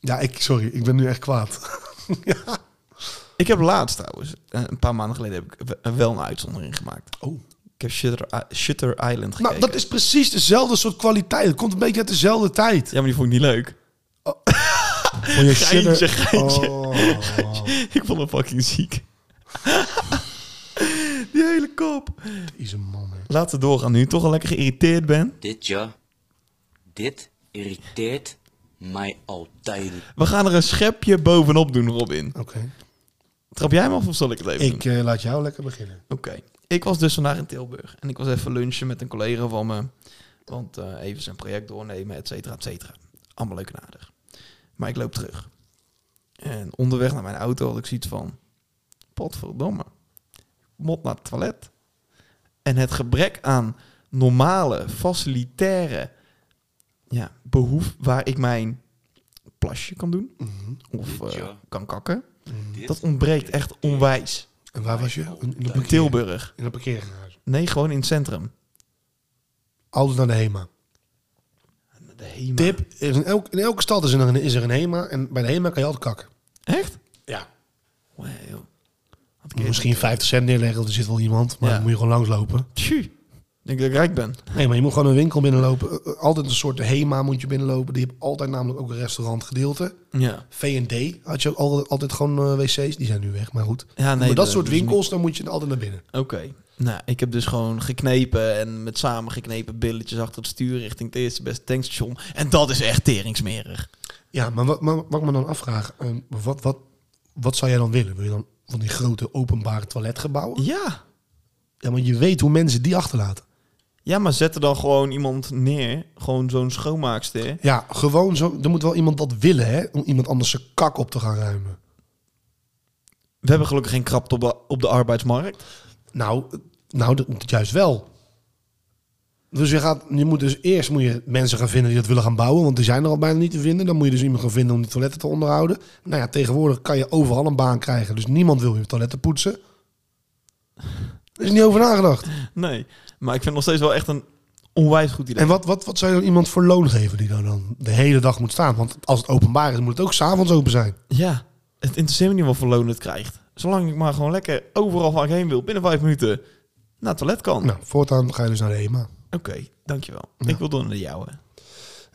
[SPEAKER 2] Ja, ik, sorry, ik ben nu echt kwaad. [LAUGHS] ja.
[SPEAKER 1] Ik heb laatst trouwens, eh, een paar maanden geleden, heb ik w- wel een uitzondering gemaakt.
[SPEAKER 2] Oh.
[SPEAKER 1] Ik heb Shutter, I- Shutter Island gekeken.
[SPEAKER 2] Nou, dat is precies dezelfde soort kwaliteit. Het komt een beetje uit dezelfde tijd.
[SPEAKER 1] Ja, maar die vond ik niet leuk. [LAUGHS]
[SPEAKER 2] Vond je
[SPEAKER 1] Geintje,
[SPEAKER 2] Shudder-
[SPEAKER 1] geintje.
[SPEAKER 2] Oh,
[SPEAKER 1] ik vond hem fucking ziek. [LAUGHS] die hele kop.
[SPEAKER 2] is een man. hè.
[SPEAKER 1] Laten we doorgaan nu, je toch al lekker geïrriteerd ben.
[SPEAKER 6] Dit ja, dit irriteert mij altijd.
[SPEAKER 1] We gaan er een schepje bovenop doen, Robin.
[SPEAKER 2] Oké.
[SPEAKER 1] Trap jij hem af of zal ik het even doen?
[SPEAKER 2] Ik eh, laat jou lekker beginnen.
[SPEAKER 1] Oké. Ik was dus vandaag in Tilburg en ik was even lunchen met een collega van me. Want eh, even zijn project doornemen, et cetera, et cetera. Allemaal leuk en aardig. Maar ik loop terug. En onderweg naar mijn auto had ik zoiets van... Potverdomme. Ik Mot naar het toilet. En het gebrek aan normale, facilitaire ja, behoef... waar ik mijn plasje kan doen. Of eh,
[SPEAKER 6] Ja.
[SPEAKER 1] kan kakken. Dat ontbreekt echt onwijs.
[SPEAKER 2] En waar was je? In, in, een
[SPEAKER 1] In
[SPEAKER 2] parkeer-
[SPEAKER 1] Tilburg.
[SPEAKER 2] in een parkeergarage.
[SPEAKER 1] Nee, gewoon in het centrum.
[SPEAKER 2] Altijd naar de HEMA.
[SPEAKER 1] De HEMA.
[SPEAKER 2] Tip, er is in, elk, in elke stad is er, een, is er een HEMA. En bij de HEMA kan je altijd kakken.
[SPEAKER 1] Echt?
[SPEAKER 2] Ja.
[SPEAKER 1] Wauw. Had ik even-
[SPEAKER 2] Misschien 50 cent neerleggen, er zit wel iemand. Maar
[SPEAKER 1] Ja.
[SPEAKER 2] dan moet je gewoon langslopen.
[SPEAKER 1] Tjoe. Ik denk dat ik rijk ben.
[SPEAKER 2] Nee, maar je moet gewoon een winkel binnenlopen. Eh, eh, Altijd een soort HEMA moet je binnenlopen. Die hebben altijd namelijk ook een restaurantgedeelte.
[SPEAKER 1] Ja.
[SPEAKER 2] V&D had je ook altijd, altijd gewoon eh, wc's. Die zijn nu weg, maar goed.
[SPEAKER 1] Ja, nee,
[SPEAKER 2] maar dat
[SPEAKER 1] de-
[SPEAKER 2] soort
[SPEAKER 1] dus niet-
[SPEAKER 2] winkels, dan moet je altijd naar binnen.
[SPEAKER 1] Oké. Nou, ik heb dus gewoon geknepen en met samengeknepen billetjes achter het stuur richting het eerste beste tankstation. En dat is echt teringsmerig.
[SPEAKER 2] Ja, maar wat, maar wat ik me dan afvraag, ehm, wat, wat, wat zou jij dan willen? Wil je dan van die grote openbare toiletgebouwen?
[SPEAKER 1] Ja.
[SPEAKER 2] Ja, want je weet hoe mensen die achterlaten.
[SPEAKER 1] Ja, maar zet er dan gewoon iemand neer. Gewoon zo'n schoonmaakster.
[SPEAKER 2] Ja, gewoon zo. Er moet wel iemand dat willen, hè? Om iemand anders zijn kak op te gaan ruimen.
[SPEAKER 1] We hebben gelukkig geen krapte op de, op de arbeidsmarkt.
[SPEAKER 2] Nou, eh, nou dat, dat juist wel. Dus je, gaat, je moet dus eerst moet je mensen gaan vinden die dat willen gaan bouwen. Want die zijn er al bijna niet te vinden. Dan moet je dus iemand gaan vinden om die toiletten te onderhouden. Nou ja, tegenwoordig kan je overal een baan krijgen. Dus niemand wil je toiletten poetsen. Er is niet over nagedacht.
[SPEAKER 1] Nee, maar ik vind het nog steeds wel echt een onwijs goed idee.
[SPEAKER 2] En wat, wat, wat zou je dan iemand voor loon geven die daar dan de hele dag moet staan? Want als het openbaar is, moet het ook s'avonds open zijn.
[SPEAKER 1] Ja, het interesseert me niet wat voor loon het krijgt. Zolang ik maar gewoon lekker overal waar ik heen wil, binnen vijf minuten naar het toilet kan.
[SPEAKER 2] Nou, voortaan ga je dus naar de HEMA.
[SPEAKER 1] Oké, dankjewel. Ik wil door naar de jouwe.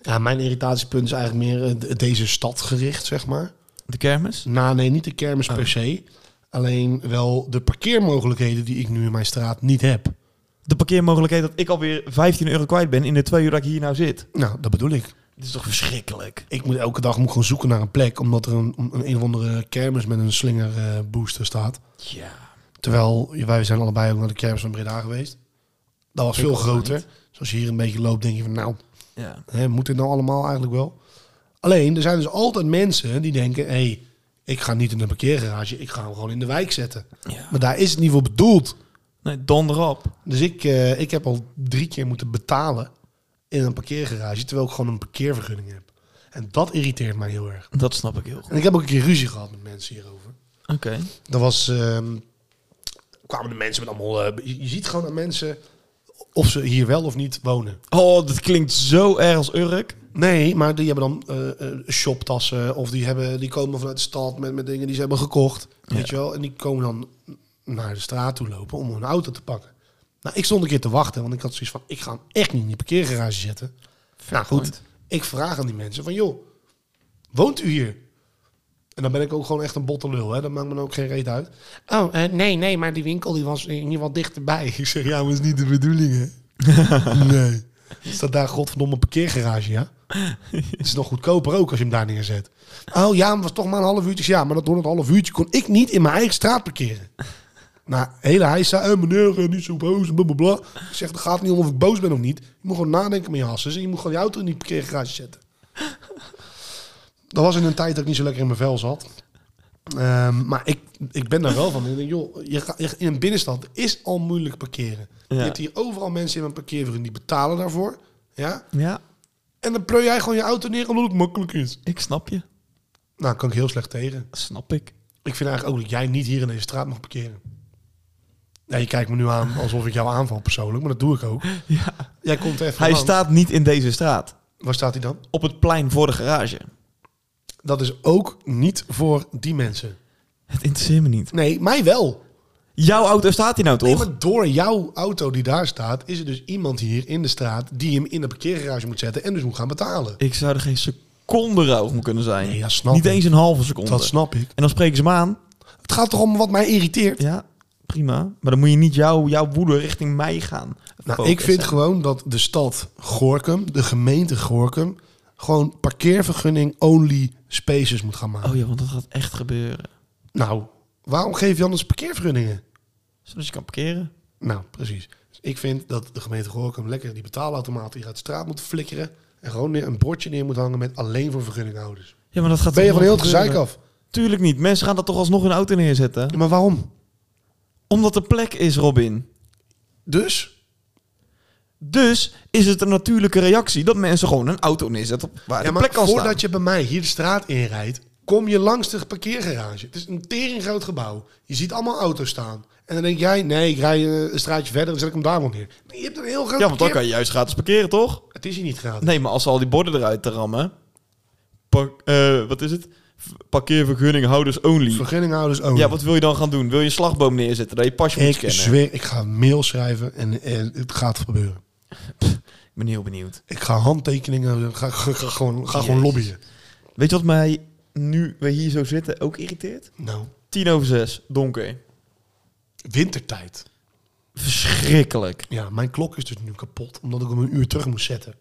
[SPEAKER 2] Ja, mijn irritatiepunt is eigenlijk meer eh, d- deze stad gericht, zeg maar.
[SPEAKER 1] De kermis?
[SPEAKER 2] Nou, nee, niet de kermis per se. Alleen wel de parkeermogelijkheden die ik nu in mijn straat niet heb.
[SPEAKER 1] De parkeermogelijkheid dat ik alweer 15 euro kwijt ben in de twee uur dat ik hier nou zit.
[SPEAKER 2] Nou, dat bedoel ik.
[SPEAKER 1] Dit is toch verschrikkelijk?
[SPEAKER 2] Ik moet elke dag moet ik gewoon zoeken naar een plek, omdat er een een, een of andere kermis met een slinger eh, booster staat.
[SPEAKER 1] Ja.
[SPEAKER 2] Terwijl ja, wij zijn allebei ook naar de kermis van Breda geweest. Dat was veel groter. Dus als je hier een beetje loopt, denk je van nou,
[SPEAKER 1] ja.
[SPEAKER 2] hè, moet dit nou allemaal eigenlijk wel? Alleen, er zijn dus altijd mensen die denken, hé, hey, ik ga niet in een parkeergarage, ik ga hem gewoon in de wijk zetten.
[SPEAKER 1] Ja.
[SPEAKER 2] Maar daar is het niet voor bedoeld.
[SPEAKER 1] Nee, donder op.
[SPEAKER 2] Dus ik, eh, ik heb al drie keer moeten betalen in een parkeergarage, terwijl ik gewoon een parkeervergunning heb. En dat irriteert mij heel erg.
[SPEAKER 1] Dat snap ik heel goed.
[SPEAKER 2] En ik heb ook een keer ruzie gehad met mensen hierover.
[SPEAKER 1] Oké.
[SPEAKER 2] Dat was, ehm, kwamen de mensen met allemaal, eh, je, je ziet gewoon aan mensen of ze hier wel of niet wonen.
[SPEAKER 1] Oh, dat klinkt zo erg als Urk.
[SPEAKER 2] Nee, maar die hebben dan eh, eh, shoptassen of die, hebben, die komen vanuit de stad met, met dingen die ze hebben gekocht. Weet je wel? En die komen dan naar de straat toe lopen om hun auto te pakken. Nou, ik stond een keer te wachten, want ik had zoiets van, ik ga hem echt niet in die parkeergarage zetten. nou goed,
[SPEAKER 1] point.
[SPEAKER 2] ik vraag aan die mensen van, joh, woont u hier? En dan ben ik ook gewoon echt een botte lul, hè? Dat maakt me dan ook geen reet uit. Oh, eh, nee, nee, maar die winkel die was in ieder geval dichterbij. [LAUGHS] Ik zeg, ja, maar is niet de bedoeling, [LAUGHS] hè? nee. Staat daar godverdomme een parkeergarage, ja? Het is nog goedkoper ook als je hem daar neerzet. Oh ja, maar het was toch maar een half uurtje. Ja, maar dat door dat half uurtje kon ik niet in mijn eigen straat parkeren. Nou, hele hij zei, eh, meneer, eh, niet zo boos, blablabla. Ik zeg, het gaat niet om of ik boos ben of niet. Je moet gewoon nadenken met je hassen. En je moet gewoon je auto in die parkeergarage zetten. Dat was in een tijd dat ik niet zo lekker in mijn vel zat. Ehm, maar ik, ik ben daar wel van. Ik denk, joh, je gaat, je- in een binnenstad is al moeilijk parkeren. Je
[SPEAKER 1] Ja.
[SPEAKER 2] hebt hier overal mensen in een parkeervergunning die betalen daarvoor. Ja?
[SPEAKER 1] Ja,
[SPEAKER 2] En dan pleur jij gewoon je auto neer omdat het makkelijk is.
[SPEAKER 1] ik snap je.
[SPEAKER 2] Nou, kan ik heel slecht tegen.
[SPEAKER 1] Dat snap ik.
[SPEAKER 2] Ik vind eigenlijk ook dat jij niet hier in deze straat mag parkeren. Ja, je kijkt me nu aan alsof ik jou aanval persoonlijk, maar dat doe ik ook.
[SPEAKER 1] Ja.
[SPEAKER 2] Jij komt even
[SPEAKER 1] Hij
[SPEAKER 2] langs.
[SPEAKER 1] staat niet in deze straat.
[SPEAKER 2] Waar staat hij dan?
[SPEAKER 1] Op het plein voor de garage.
[SPEAKER 2] Dat is ook niet voor die mensen.
[SPEAKER 1] Het interesseert me niet.
[SPEAKER 2] Nee, mij wel.
[SPEAKER 1] Jouw auto staat hier nou toch?
[SPEAKER 2] Nee, maar door jouw auto die daar staat, is er dus iemand hier in de straat die hem in de parkeergarage moet zetten en dus moet gaan betalen.
[SPEAKER 1] Ik zou er geen seconde rauw om kunnen zijn.
[SPEAKER 2] Nee, dat snap
[SPEAKER 1] Niet
[SPEAKER 2] ik.
[SPEAKER 1] eens een halve seconde.
[SPEAKER 2] Dat snap ik.
[SPEAKER 1] En dan spreken ze me aan.
[SPEAKER 2] Het gaat toch om wat mij irriteert.
[SPEAKER 1] Ja, prima. Maar dan moet je niet jouw, jouw woede richting mij gaan.
[SPEAKER 2] Nou, ik
[SPEAKER 1] focussen.
[SPEAKER 2] vind gewoon dat de stad Gorkum, de gemeente Gorkum, gewoon parkeervergunning only spaces moet gaan maken.
[SPEAKER 1] Oh ja, want dat gaat echt gebeuren.
[SPEAKER 2] Nou, waarom geef je anders parkeervergunningen?
[SPEAKER 1] Zodat je kan parkeren.
[SPEAKER 2] Nou, precies. Dus ik vind dat de gemeente Gorkum lekker die betaalautomaten hier uit de straat moet flikkeren. En gewoon neer- een bordje neer moet hangen met alleen voor vergunninghouders.
[SPEAKER 1] Ja, maar dat gaat
[SPEAKER 2] Ben je
[SPEAKER 1] toch
[SPEAKER 2] van heel
[SPEAKER 1] nooit
[SPEAKER 2] het gezeik
[SPEAKER 1] gebeuren?
[SPEAKER 2] af?
[SPEAKER 1] Tuurlijk niet. Mensen gaan dat toch alsnog in de auto neerzetten?
[SPEAKER 2] Ja, maar waarom?
[SPEAKER 1] Omdat er plek is, Robin.
[SPEAKER 2] Dus?
[SPEAKER 1] Dus is het een natuurlijke reactie dat mensen gewoon een auto neerzetten op waar
[SPEAKER 2] ja,
[SPEAKER 1] de
[SPEAKER 2] maar
[SPEAKER 1] plek kan
[SPEAKER 2] voordat
[SPEAKER 1] staan.
[SPEAKER 2] je bij mij hier de straat inrijdt, kom je langs de parkeergarage. Het is een teringroot gebouw. Je ziet allemaal auto's staan. En dan denk jij, nee, ik rij eh, een straatje verder en zet ik hem daar wel neer. Nee, je hebt een heel groot
[SPEAKER 1] Ja, want dan
[SPEAKER 2] parkeer-
[SPEAKER 1] kan je juist gratis parkeren, toch?
[SPEAKER 2] Het is hier niet gratis.
[SPEAKER 1] Nee, maar als ze al die borden eruit te rammen. Pak, eh, wat is het? V- Parkeervergunninghouders only.
[SPEAKER 2] Vergunninghouders ook.
[SPEAKER 1] ja, wat wil je dan gaan doen? Wil je een slagboom neerzetten dat je pasje moet
[SPEAKER 2] ik
[SPEAKER 1] scannen?
[SPEAKER 2] zweer, ik ga een mail schrijven en, en het gaat gebeuren.
[SPEAKER 1] Ik ben heel benieuwd.
[SPEAKER 2] Ik ga handtekeningen, eh, ga, ga, ga gewoon, ga gewoon
[SPEAKER 1] Jezus.
[SPEAKER 2] lobbyen.
[SPEAKER 1] Weet je wat mij, nu we hier zo zitten, ook irriteert?
[SPEAKER 2] Nou,
[SPEAKER 1] Tien over zes, donker.
[SPEAKER 2] wintertijd.
[SPEAKER 1] Verschrikkelijk.
[SPEAKER 2] Ja, mijn klok is dus nu kapot, omdat ik hem een uur terug moest zetten.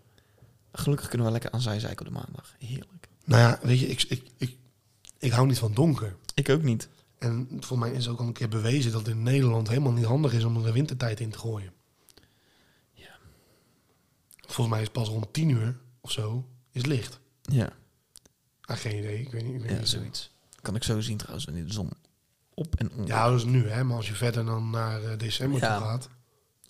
[SPEAKER 1] Gelukkig kunnen we lekker aan zij zeiken op de maandag. Heerlijk.
[SPEAKER 2] Nou ja, weet je, ik, ik, ik, ik hou niet van donker.
[SPEAKER 1] Ik ook niet.
[SPEAKER 2] En voor mij is ook al een keer bewezen dat het in Nederland helemaal niet handig is om er de wintertijd in te gooien. Volgens mij is pas rond tien uur of zo is licht.
[SPEAKER 1] Ja,
[SPEAKER 2] Ah, geen idee. Ik weet niet. Ik weet
[SPEAKER 1] ja
[SPEAKER 2] niet.
[SPEAKER 1] zoiets. Kan ik zo zien trouwens, wanneer de zon op en onder
[SPEAKER 2] Ja, dat is nu, hè. Maar als je verder dan naar eh, december
[SPEAKER 1] Ja.
[SPEAKER 2] toe gaat...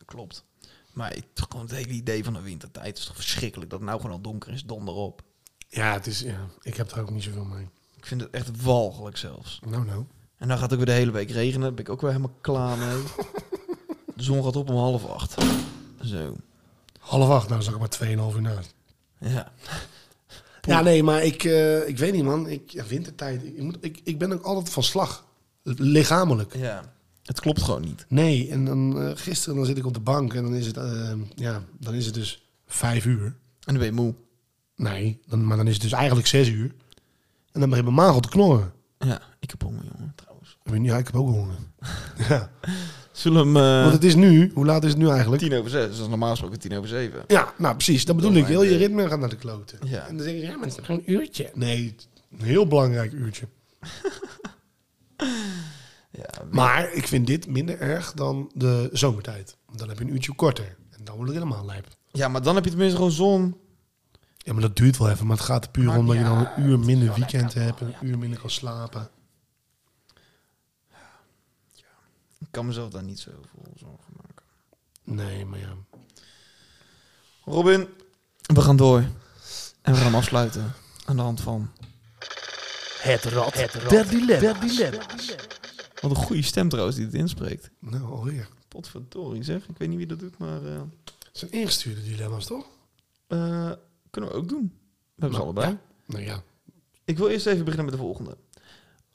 [SPEAKER 1] klopt. Maar het, toch gewoon het hele idee van de wintertijd het is toch verschrikkelijk dat het nou gewoon al donker is, donder op.
[SPEAKER 2] Ja, het is, ja, ik heb daar ook niet zoveel mee.
[SPEAKER 1] Ik vind het echt walgelijk zelfs.
[SPEAKER 2] Nou, nou.
[SPEAKER 1] En dan gaat het ook weer de hele week regenen. Daar ben ik ook weer helemaal klaar [LAUGHS] mee. De zon gaat op om half acht. Zo.
[SPEAKER 2] Half acht, nou zag ik maar 2,5 uur na.
[SPEAKER 1] Ja.
[SPEAKER 2] Ja, nee, maar ik, eh, ik weet niet, man. Ik, ja, wintertijd. Ik, moet, ik, ik ben ook altijd van slag. Lichamelijk.
[SPEAKER 1] ja. Het klopt gewoon niet.
[SPEAKER 2] Nee, en dan eh, gisteren dan zit ik op de bank en dan is het, eh, ja, dan is het dus vijf uur.
[SPEAKER 1] En dan ben je moe.
[SPEAKER 2] Nee, dan, maar dan is het dus eigenlijk zes uur. En dan begint mijn maag al te knorren.
[SPEAKER 1] Ja. Ik heb honger, jongen, trouwens.
[SPEAKER 2] Ik weet niet, Ja, ik heb ook
[SPEAKER 1] Eh.
[SPEAKER 2] honger. ja.
[SPEAKER 1] Zullen we hem... eh,
[SPEAKER 2] Want het is nu, hoe laat is het nu eigenlijk?
[SPEAKER 1] Tien over zes. dus Dat is normaal gesproken tien over zeven.
[SPEAKER 2] Ja, nou precies, dat bedoel
[SPEAKER 1] Oh,
[SPEAKER 2] ik. Heel je
[SPEAKER 1] mijn
[SPEAKER 2] ritme gaat naar de kloten.
[SPEAKER 1] Ja.
[SPEAKER 2] En dan denk je, ja, maar het is nog een uurtje. Nee, het- een heel belangrijk uurtje.
[SPEAKER 1] [LAUGHS] Ja.
[SPEAKER 2] Maar ik vind dit minder erg dan de zomertijd. Want Dan heb je een uurtje korter. En dan wordt het helemaal lijp.
[SPEAKER 1] ja, maar dan heb je tenminste gewoon zon.
[SPEAKER 2] Ja, maar dat duurt wel even. Maar het gaat er puur om dat je dan een uur minder weekend hebt. Een uur minder kan slapen.
[SPEAKER 1] Ik kan mezelf daar niet zo veel zorgen maken.
[SPEAKER 2] Nee, maar ja.
[SPEAKER 1] Robin, we gaan door. En we gaan hem afsluiten. Aan de hand van...
[SPEAKER 2] Dat dilemma.
[SPEAKER 1] Wat een goede stem trouwens die het inspreekt.
[SPEAKER 2] Nou, alweer.
[SPEAKER 1] Potverdorie zeg. Ik weet niet wie dat doet, maar... eh,
[SPEAKER 2] Het zijn ingestuurde dilemma's, toch?
[SPEAKER 1] eh, kunnen we ook doen. We hebben ze allebei.
[SPEAKER 2] Ja. Nou ja.
[SPEAKER 1] Ik wil eerst even beginnen met de volgende.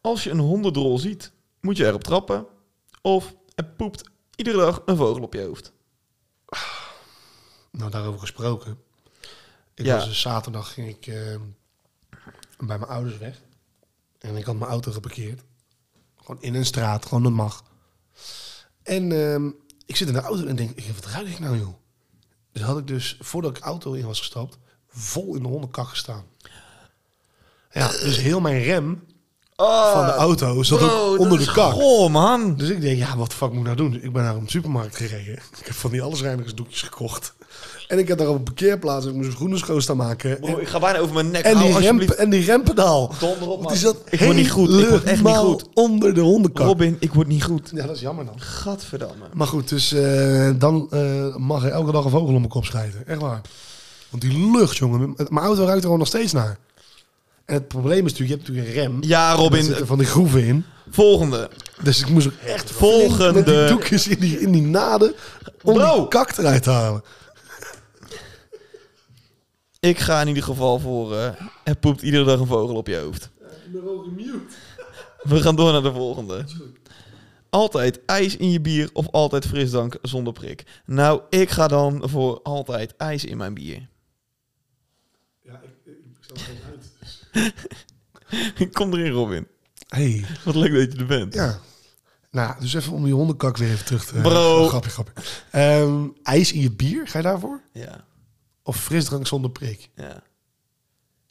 [SPEAKER 1] Als je een hondenrol ziet, moet je erop trappen. Of er poept iedere dag een vogel op je hoofd.
[SPEAKER 2] Nou, daarover gesproken. Ik
[SPEAKER 1] Ja.
[SPEAKER 2] was dus zaterdag ging ik eh, bij mijn ouders weg. En ik had mijn auto geparkeerd. Gewoon in een straat, gewoon dat mag. En ehm, ik zit in de auto en denk, ik, wat ruik ik nou, joh? Dus had ik dus, voordat ik auto in was gestapt, vol in de hondenkak gestaan. Ja, dus heel mijn rem
[SPEAKER 1] Ah,
[SPEAKER 2] van de auto zat ook onder de kak.
[SPEAKER 1] Oh man.
[SPEAKER 2] Dus ik denk, ja, wat de fuck moet ik nou doen? Dus ik ben naar een supermarkt gereden. Ik heb van die allesreinigersdoekjes gekocht. En ik heb daar op een parkeerplaats, ik moest mijn schoenen schoon staan maken.
[SPEAKER 1] Bro,
[SPEAKER 2] en,
[SPEAKER 1] ik ga bijna over mijn nek.
[SPEAKER 2] en,
[SPEAKER 1] Hou
[SPEAKER 2] die remp,
[SPEAKER 1] alsjeblieft-
[SPEAKER 2] en die rempedaal.
[SPEAKER 1] Donder op,
[SPEAKER 2] Want
[SPEAKER 1] man.
[SPEAKER 2] Die zat
[SPEAKER 1] Ik word niet goed. Ik word echt niet goed.
[SPEAKER 2] helemaal onder de hondenkap.
[SPEAKER 1] Robin, ik word niet goed.
[SPEAKER 2] Ja, dat is jammer dan.
[SPEAKER 1] Gadverdamme.
[SPEAKER 2] Maar goed, dus eh, dan eh, mag er elke dag een vogel om mijn kop schijten. Echt waar. Want die lucht, jongen. m- Mijn auto ruikt er gewoon nog steeds naar. En het probleem is natuurlijk, je hebt natuurlijk een rem.
[SPEAKER 1] Ja,
[SPEAKER 2] En daar
[SPEAKER 1] Robin.
[SPEAKER 2] zitten van die groeven in.
[SPEAKER 1] Volgende.
[SPEAKER 2] Dus ik moest ook echt
[SPEAKER 1] Volgende.
[SPEAKER 2] flink met die doekjes in die, in die naden om
[SPEAKER 1] Bro.
[SPEAKER 2] die kak eruit te halen.
[SPEAKER 1] Ik ga in ieder geval voor... eh, er poept iedere dag een vogel op je hoofd.
[SPEAKER 2] Eh,
[SPEAKER 1] [LAUGHS] We gaan door naar de volgende. Altijd ijs in je bier of altijd frisdrank zonder prik. Nou, ik ga dan voor altijd ijs in mijn bier.
[SPEAKER 2] Ja, ik, ik sta er dus. uit.
[SPEAKER 1] [LAUGHS] Kom erin, Robin.
[SPEAKER 2] Hey,
[SPEAKER 1] Wat leuk dat je er bent.
[SPEAKER 2] ja. Nou, dus even om die hondenkak weer even terug te...
[SPEAKER 1] Bro.
[SPEAKER 2] Grapje, grapje. Ehm, ijs in je bier, ga je daarvoor?
[SPEAKER 1] Ja,
[SPEAKER 2] Of frisdrank zonder prik?
[SPEAKER 1] ja.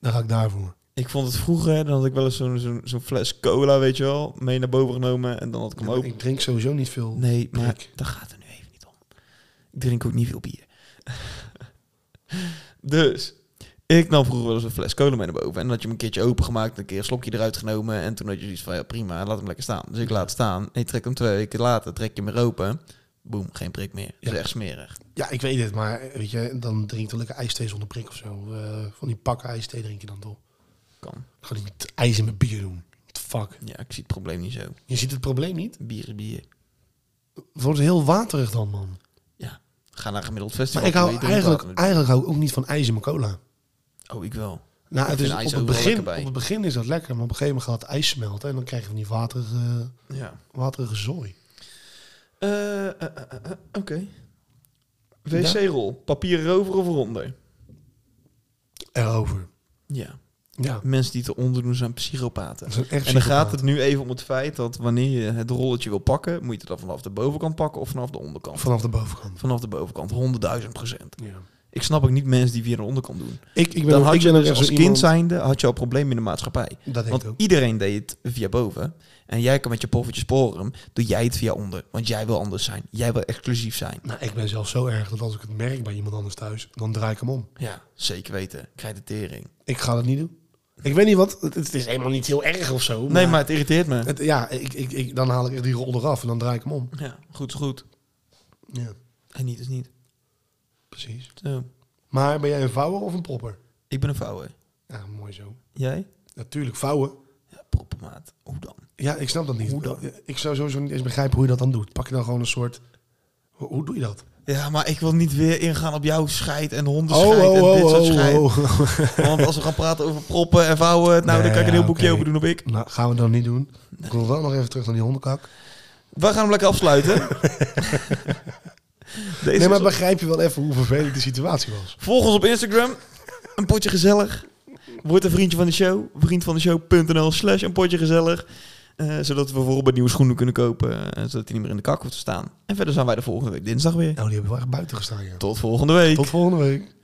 [SPEAKER 2] Dan ga ik daarvoor.
[SPEAKER 1] Ik vond het vroeger, dan had ik wel eens zo'n zo'n zo'n fles cola, weet je wel, mee naar boven genomen en dan had ik hem open.
[SPEAKER 2] Ik drink sowieso niet veel
[SPEAKER 1] Nee, maar
[SPEAKER 2] prik.
[SPEAKER 1] daar gaat het nu even niet om. Ik drink ook niet veel bier. [LAUGHS] dus, ik nam vroeger wel eens een fles cola mee naar boven. En dan had je hem een keertje opengemaakt, een keer een slokje eruit genomen. En toen had je zoiets van, ja prima, laat hem lekker staan. Dus ik laat staan. En je trekt hem twee weken later, trek je hem weer open. Boem, geen prik meer. Dat
[SPEAKER 2] Ja.
[SPEAKER 1] is echt smerig.
[SPEAKER 2] Ja, ik weet het, maar eh, weet je, dan drink je lekker ijsthee zonder prik of zo. Eh, van die pakken ijsthee drink je dan toch?
[SPEAKER 1] Kan.
[SPEAKER 2] Ik ga niet met ijs in mijn bier doen. What the fuck?
[SPEAKER 1] Ja, ik zie het probleem niet zo.
[SPEAKER 2] Je ziet het probleem niet?
[SPEAKER 1] Bier is bier.
[SPEAKER 2] Het wordt heel waterig dan, man.
[SPEAKER 1] Ja, ga naar een gemiddeld festival.
[SPEAKER 2] Maar ik
[SPEAKER 1] dan
[SPEAKER 2] hou
[SPEAKER 1] wil je drinken
[SPEAKER 2] eigenlijk, eigenlijk hou ik ook niet van ijs in mijn cola.
[SPEAKER 1] water. Oh, ik wel.
[SPEAKER 2] Nou, het
[SPEAKER 1] vind
[SPEAKER 2] is,
[SPEAKER 1] ijs
[SPEAKER 2] op, het
[SPEAKER 1] overal
[SPEAKER 2] begin,
[SPEAKER 1] lekker bij.
[SPEAKER 2] op het begin is dat lekker, maar op een gegeven moment gaat het ijs smelten en dan krijg je van die waterige,
[SPEAKER 1] Ja.
[SPEAKER 2] waterige zooi.
[SPEAKER 1] Eh, eh, eh, eh, Oké. WC-rol. Papier erover of eronder?
[SPEAKER 2] Erover.
[SPEAKER 1] Ja.
[SPEAKER 2] Ja.
[SPEAKER 1] Mensen die het eronder doen zijn psychopaten.
[SPEAKER 2] Dat zijn echt
[SPEAKER 1] en dan gaat
[SPEAKER 2] psychopaten.
[SPEAKER 1] het nu even om het feit dat wanneer je het rolletje wil pakken, moet je het dan vanaf de bovenkant pakken of vanaf de onderkant.
[SPEAKER 2] Vanaf de bovenkant.
[SPEAKER 1] Vanaf de bovenkant, 100.000 procent.
[SPEAKER 2] Ja.
[SPEAKER 1] Ik snap ook niet mensen die via de onderkant doen.
[SPEAKER 2] Ik, ik ben,
[SPEAKER 1] Dan
[SPEAKER 2] ook- ik
[SPEAKER 1] had je
[SPEAKER 2] ben ook
[SPEAKER 1] dus
[SPEAKER 2] echt
[SPEAKER 1] als
[SPEAKER 2] zo
[SPEAKER 1] kind
[SPEAKER 2] iemand-
[SPEAKER 1] zijnde had je al problemen in de maatschappij.
[SPEAKER 2] Dat denk
[SPEAKER 1] Want
[SPEAKER 2] ik ook.
[SPEAKER 1] iedereen deed het via boven. En jij kan met je poffertje sporen, doe jij het via onder. Want jij wil anders zijn. Jij wil exclusief zijn.
[SPEAKER 2] Nou, ik ben zelf zo erg dat als ik het merk bij iemand anders thuis, dan draai ik hem om.
[SPEAKER 1] Ja, zeker weten. Krijg de tering.
[SPEAKER 2] Ik ga dat niet doen. Ik weet niet wat, het, het is helemaal niet heel erg of zo.
[SPEAKER 1] Nee, maar het irriteert me.
[SPEAKER 2] het- ja, ik, ik, ik, dan haal ik echt die rol eraf en dan draai ik hem om.
[SPEAKER 1] Ja, goed is goed.
[SPEAKER 2] Ja.
[SPEAKER 1] En niet is niet.
[SPEAKER 2] precies.
[SPEAKER 1] Zo.
[SPEAKER 2] Maar ben jij een vouwer of een popper?
[SPEAKER 1] Ik ben een vouwer.
[SPEAKER 2] Ja, mooi zo.
[SPEAKER 1] Jij?
[SPEAKER 2] Natuurlijk, vouwen.
[SPEAKER 1] Ja, proppenmaat. Hoe dan?
[SPEAKER 2] Ja, ik snap dat niet. Ik zou sowieso niet eens begrijpen hoe je dat dan doet. Pak je dan gewoon een soort... Hoe, hoe doe je dat?
[SPEAKER 1] Ja, maar ik wil niet weer ingaan op jouw scheid en hondenscheit
[SPEAKER 2] Oh,
[SPEAKER 1] en dit soort scheid. Want als we gaan praten over proppen en vouwen, nou, dan
[SPEAKER 2] Nee,
[SPEAKER 1] kan ik een heel
[SPEAKER 2] ja,
[SPEAKER 1] boekje
[SPEAKER 2] oké.
[SPEAKER 1] open doen op ik.
[SPEAKER 2] [LAUGHS] Nou, gaan we dan niet doen. Ik wil wel nog even terug naar die hondenkak.
[SPEAKER 1] We gaan hem lekker afsluiten. [LAUGHS] Deze
[SPEAKER 2] Nee, maar
[SPEAKER 1] is-
[SPEAKER 2] begrijp je wel even hoe vervelend de situatie was?
[SPEAKER 1] Volg ons op Instagram. Een potje gezellig. Word een vriendje van de show. Vriendvandeshow.nl slash een potje gezellig. Eh, zodat we bijvoorbeeld nieuwe schoenen kunnen kopen. eh, zodat die niet meer in de kak hoeft te staan. En verder zijn wij de volgende week dinsdag weer.
[SPEAKER 2] Nou, die hebben wel echt buiten gestaan, ja.
[SPEAKER 1] Tot volgende week.
[SPEAKER 2] Tot volgende week.